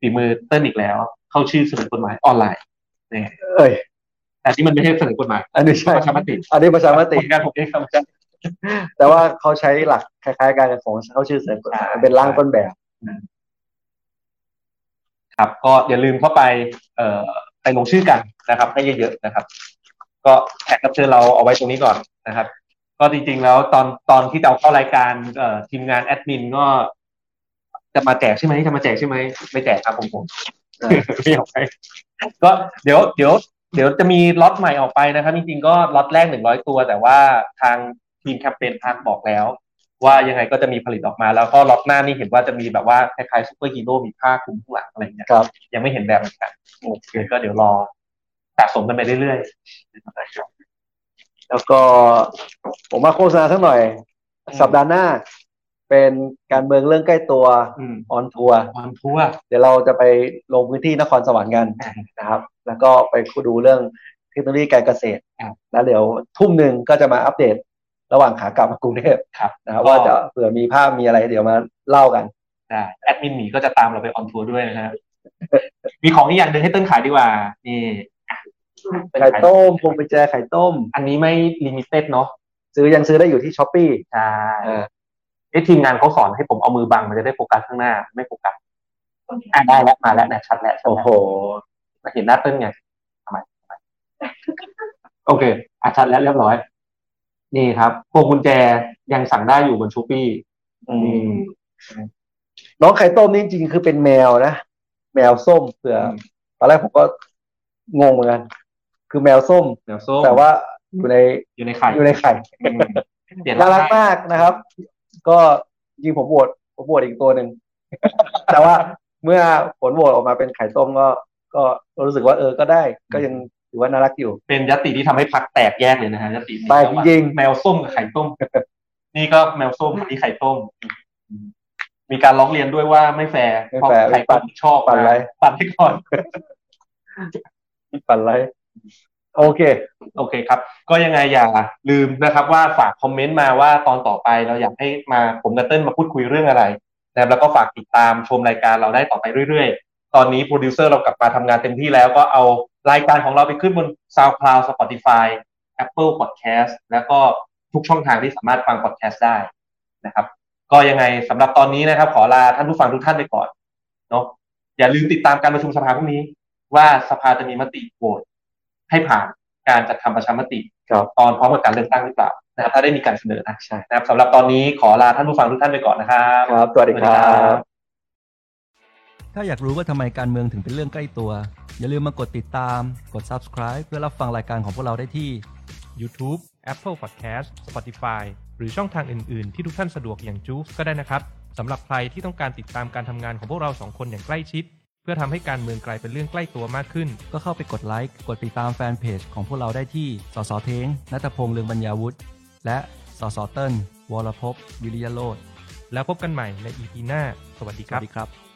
ฝีมือเติ้ลอีกแล้ว เข้าชื่อเสนอกฎหมายออนไลน์
เอ้ย
แต่ที่มันไม่ใช่เสนอกฎหมาย
อันนี้ใช่
ประชามติ
อันนี้ประชามติ
ผลงานผมเองครับอาจารย์
แต่ว่าเขาใช้หลักคล้ายๆกันกับของเขาชื่อเสนอกฎหมายเป็นร่างต้นแบบ
ครับ ก็อย่าลืมเข้าไป เอ่อไปลงชื่อกันนะครับให้เยอะๆนะครับ ก็แขกรับเชิญเราเอาไว้ตรงนี้ก่อนนะครับ ก็จริงๆแล้วตอนตอนที่จะเราเข้ารายการเอ่อทีมงานแอดมินก็ จะมาแจกใช่ไหมจะมาแจกใช่ไหมไม่แจกครับผมผม
เออ
ไม่ออกไปก็เดี๋ยวเดี๋ยว เดี๋ยวจะมีล็อตใหม่ออกไปนะครับจริงๆก็ล็อตแรกหนึ่งร้อยตัว แต่ว่าทางทีมแคมเปญทางบอกแล้ว ว่ายังไงก็จะมีผลิตออกมา แล้วก็ล็อตหน้านี่เห็นว่าจะมีแบบว่าคล้ายๆซูเปอร์ฮีโร่มีผ้าคลุมข้างหลังอะไรอย่างเงี้ย
ครับ
ยังไม่เห็นแบบเหมือนกันโอเคก็เดี๋ยวรอสะสมกันไปเรื่อยๆ
แล้วก็ผมมาโฆษณาสักหน่อย
อืม
สัปดาห์หน้า เป็นการเมืองเรื่องใกล้ตัว
อืม
ออนทัวร์
ความทั่ว
เดี๋ยวเราจะไปลงพื้นที่นครสวรรค์กัน
อ่า
นะครับ แล้วก็ไปดูเรื่องเทคโนโลยีการเกษตร
ครับ
แล้วเดี๋ยวทุ่มหนึ่งก็จะมาอัปเดต ระหว่างขากลับมากรุงเทพ
ครับ
นะครับ
ก็
ว่าจะเผื่อมีภาพมีอะไร เดี๋ยวมาเล่ากัน
ได้แอดมินหมีก็จะตามเราไปออนทัวร์ด้วยนะฮะมีของอีกอย่างหนึ่งให้เติ้ลขายดีกว่า นี่อ่ะ
ไข่ต้มพวงไปแจไข่ต้ม
อันนี้ไม่ลิมิเต็ดเนาะ
ซื้อยังซื้อได้อยู่ที่ช้อปปี้
ใช่เอ๊ะทีมงานเขาสอนให้ผมเอามือบังมันจะได้โฟกัสข้างหน้า ไม่โฟกัสอ่ะได้แล้วมาแล้วเนะชัดแล้วชัด
โอ้
แล้ว
โห
มาเห็นหน้าเต้นไงทำไมทำไม โอเคอาชัดแล้วเรียบร้อย นี่ครับ พวกกุญแจยังสั่งได้อยู่บนชูปี้
น้องไข่ต้มนี่จริงๆคือเป็นแมวนะ แมวส้มเผื่ออตอนแรกผมก็งงเหมือนกัน คือแมวส้ม
เดี๋ยวส้ม
แต่ว่าอยู่ใน
อยู่ในไข่
อยู่ในไข่
อืมเปลี่ยน
น่ารัก
ได้
มากนะครับ ก็จริงผมโหวตผมโหวตอีกตัวหนึ่ง แต่ว่าเมื่อผลโหวตออกมาเป็นไข่ต้มก็ก็รู้สึกว่าเออก็ได้ ก็ยังถือว่าน่ารักอยู่
เป็นยัตติที่ทำให้พักแตกแยกเลยนะฮะยัตตินี้
แตกจริง
แมวส้มกับไข่ต้ม นี่ก็แมวส้มอันนี่ไข่ต้ม มีการร้องเรียนด้วยว่าไม่แฟร์
ไม่แฟร์
เพาะไข่ต้มชอบ
ปั่นไว้
ปั่นให้ก่อน
ฝันไรโอเค
โอเคครับ ก็ยังไงอย่าลืมนะครับว่าฝากคอมเมนต์มาว่าตอนต่อไปเราอยากให้มาผมกับเติ้ลมาพูดคุยเรื่องอะไรนะครับแล้วก็ฝากติดตามชมรายการเราได้ต่อไปเรื่อยๆ ตอนนี้โปรดิวเซอร์เรากลับมาทำงานเต็มที่แล้วก็เอารายการของเราไปขึ้นบน SoundCloud Spotify Apple Podcast แล้วก็ทุกช่องทางที่สามารถฟัง podcast ได้นะครับ ก็ยังไงสำหรับตอนนี้นะครับ ขอลาท่านผู้ฟังทุกท่านไปก่อนเนาะอย่าลืมติดตามการประชุมสภาพรุ่งนี้ ว่าสภาจะมีมติโหวตให้ผ่านการจัดทำประชามติ
ครับ
ตอนพร้อมกับการเลือกตั้งหรือเปล่านะครับถ้าได้มีการเสนอนะนะครับสำหรับตอนนี้ขอลาท่านผู้ฟังทุกท่านไปก่อนนะครับ
ครับสวัสดีครับ
ถ้าอยากรู้ว่าทำไมการเมืองถึงเป็นเรื่องใกล้ตัว อย่าลืมมากดติดตาม กด subscribe เพื่อรับฟังรายการของพวกเราได้ที่
YouTube Apple Podcast Spotify หรือช่องทางอื่น ๆ ที่ทุกท่านสะดวกอย่างจูฟก็ได้นะครับสำหรับใครที่ต้องการติดตามการทำงานของพวกเราสองคนอย่างใกล้ชิด เพื่อทำให้การเมืองกลายเป็นเรื่องใกล้ตัวมากขึ้น
ก็เข้าไปกดไลค์ กดติดตามแฟนเพจของพวกเราได้ที่ สสเทงนัทพงษ์เลืองบรรยาวุฒิ และสสเติ้ลวรภพวิริยโรธ
แล้วพบกันใหม่ใน EP หน้า สวัสดี
ส
ค
วั
รั
ส
บ
ดีครับ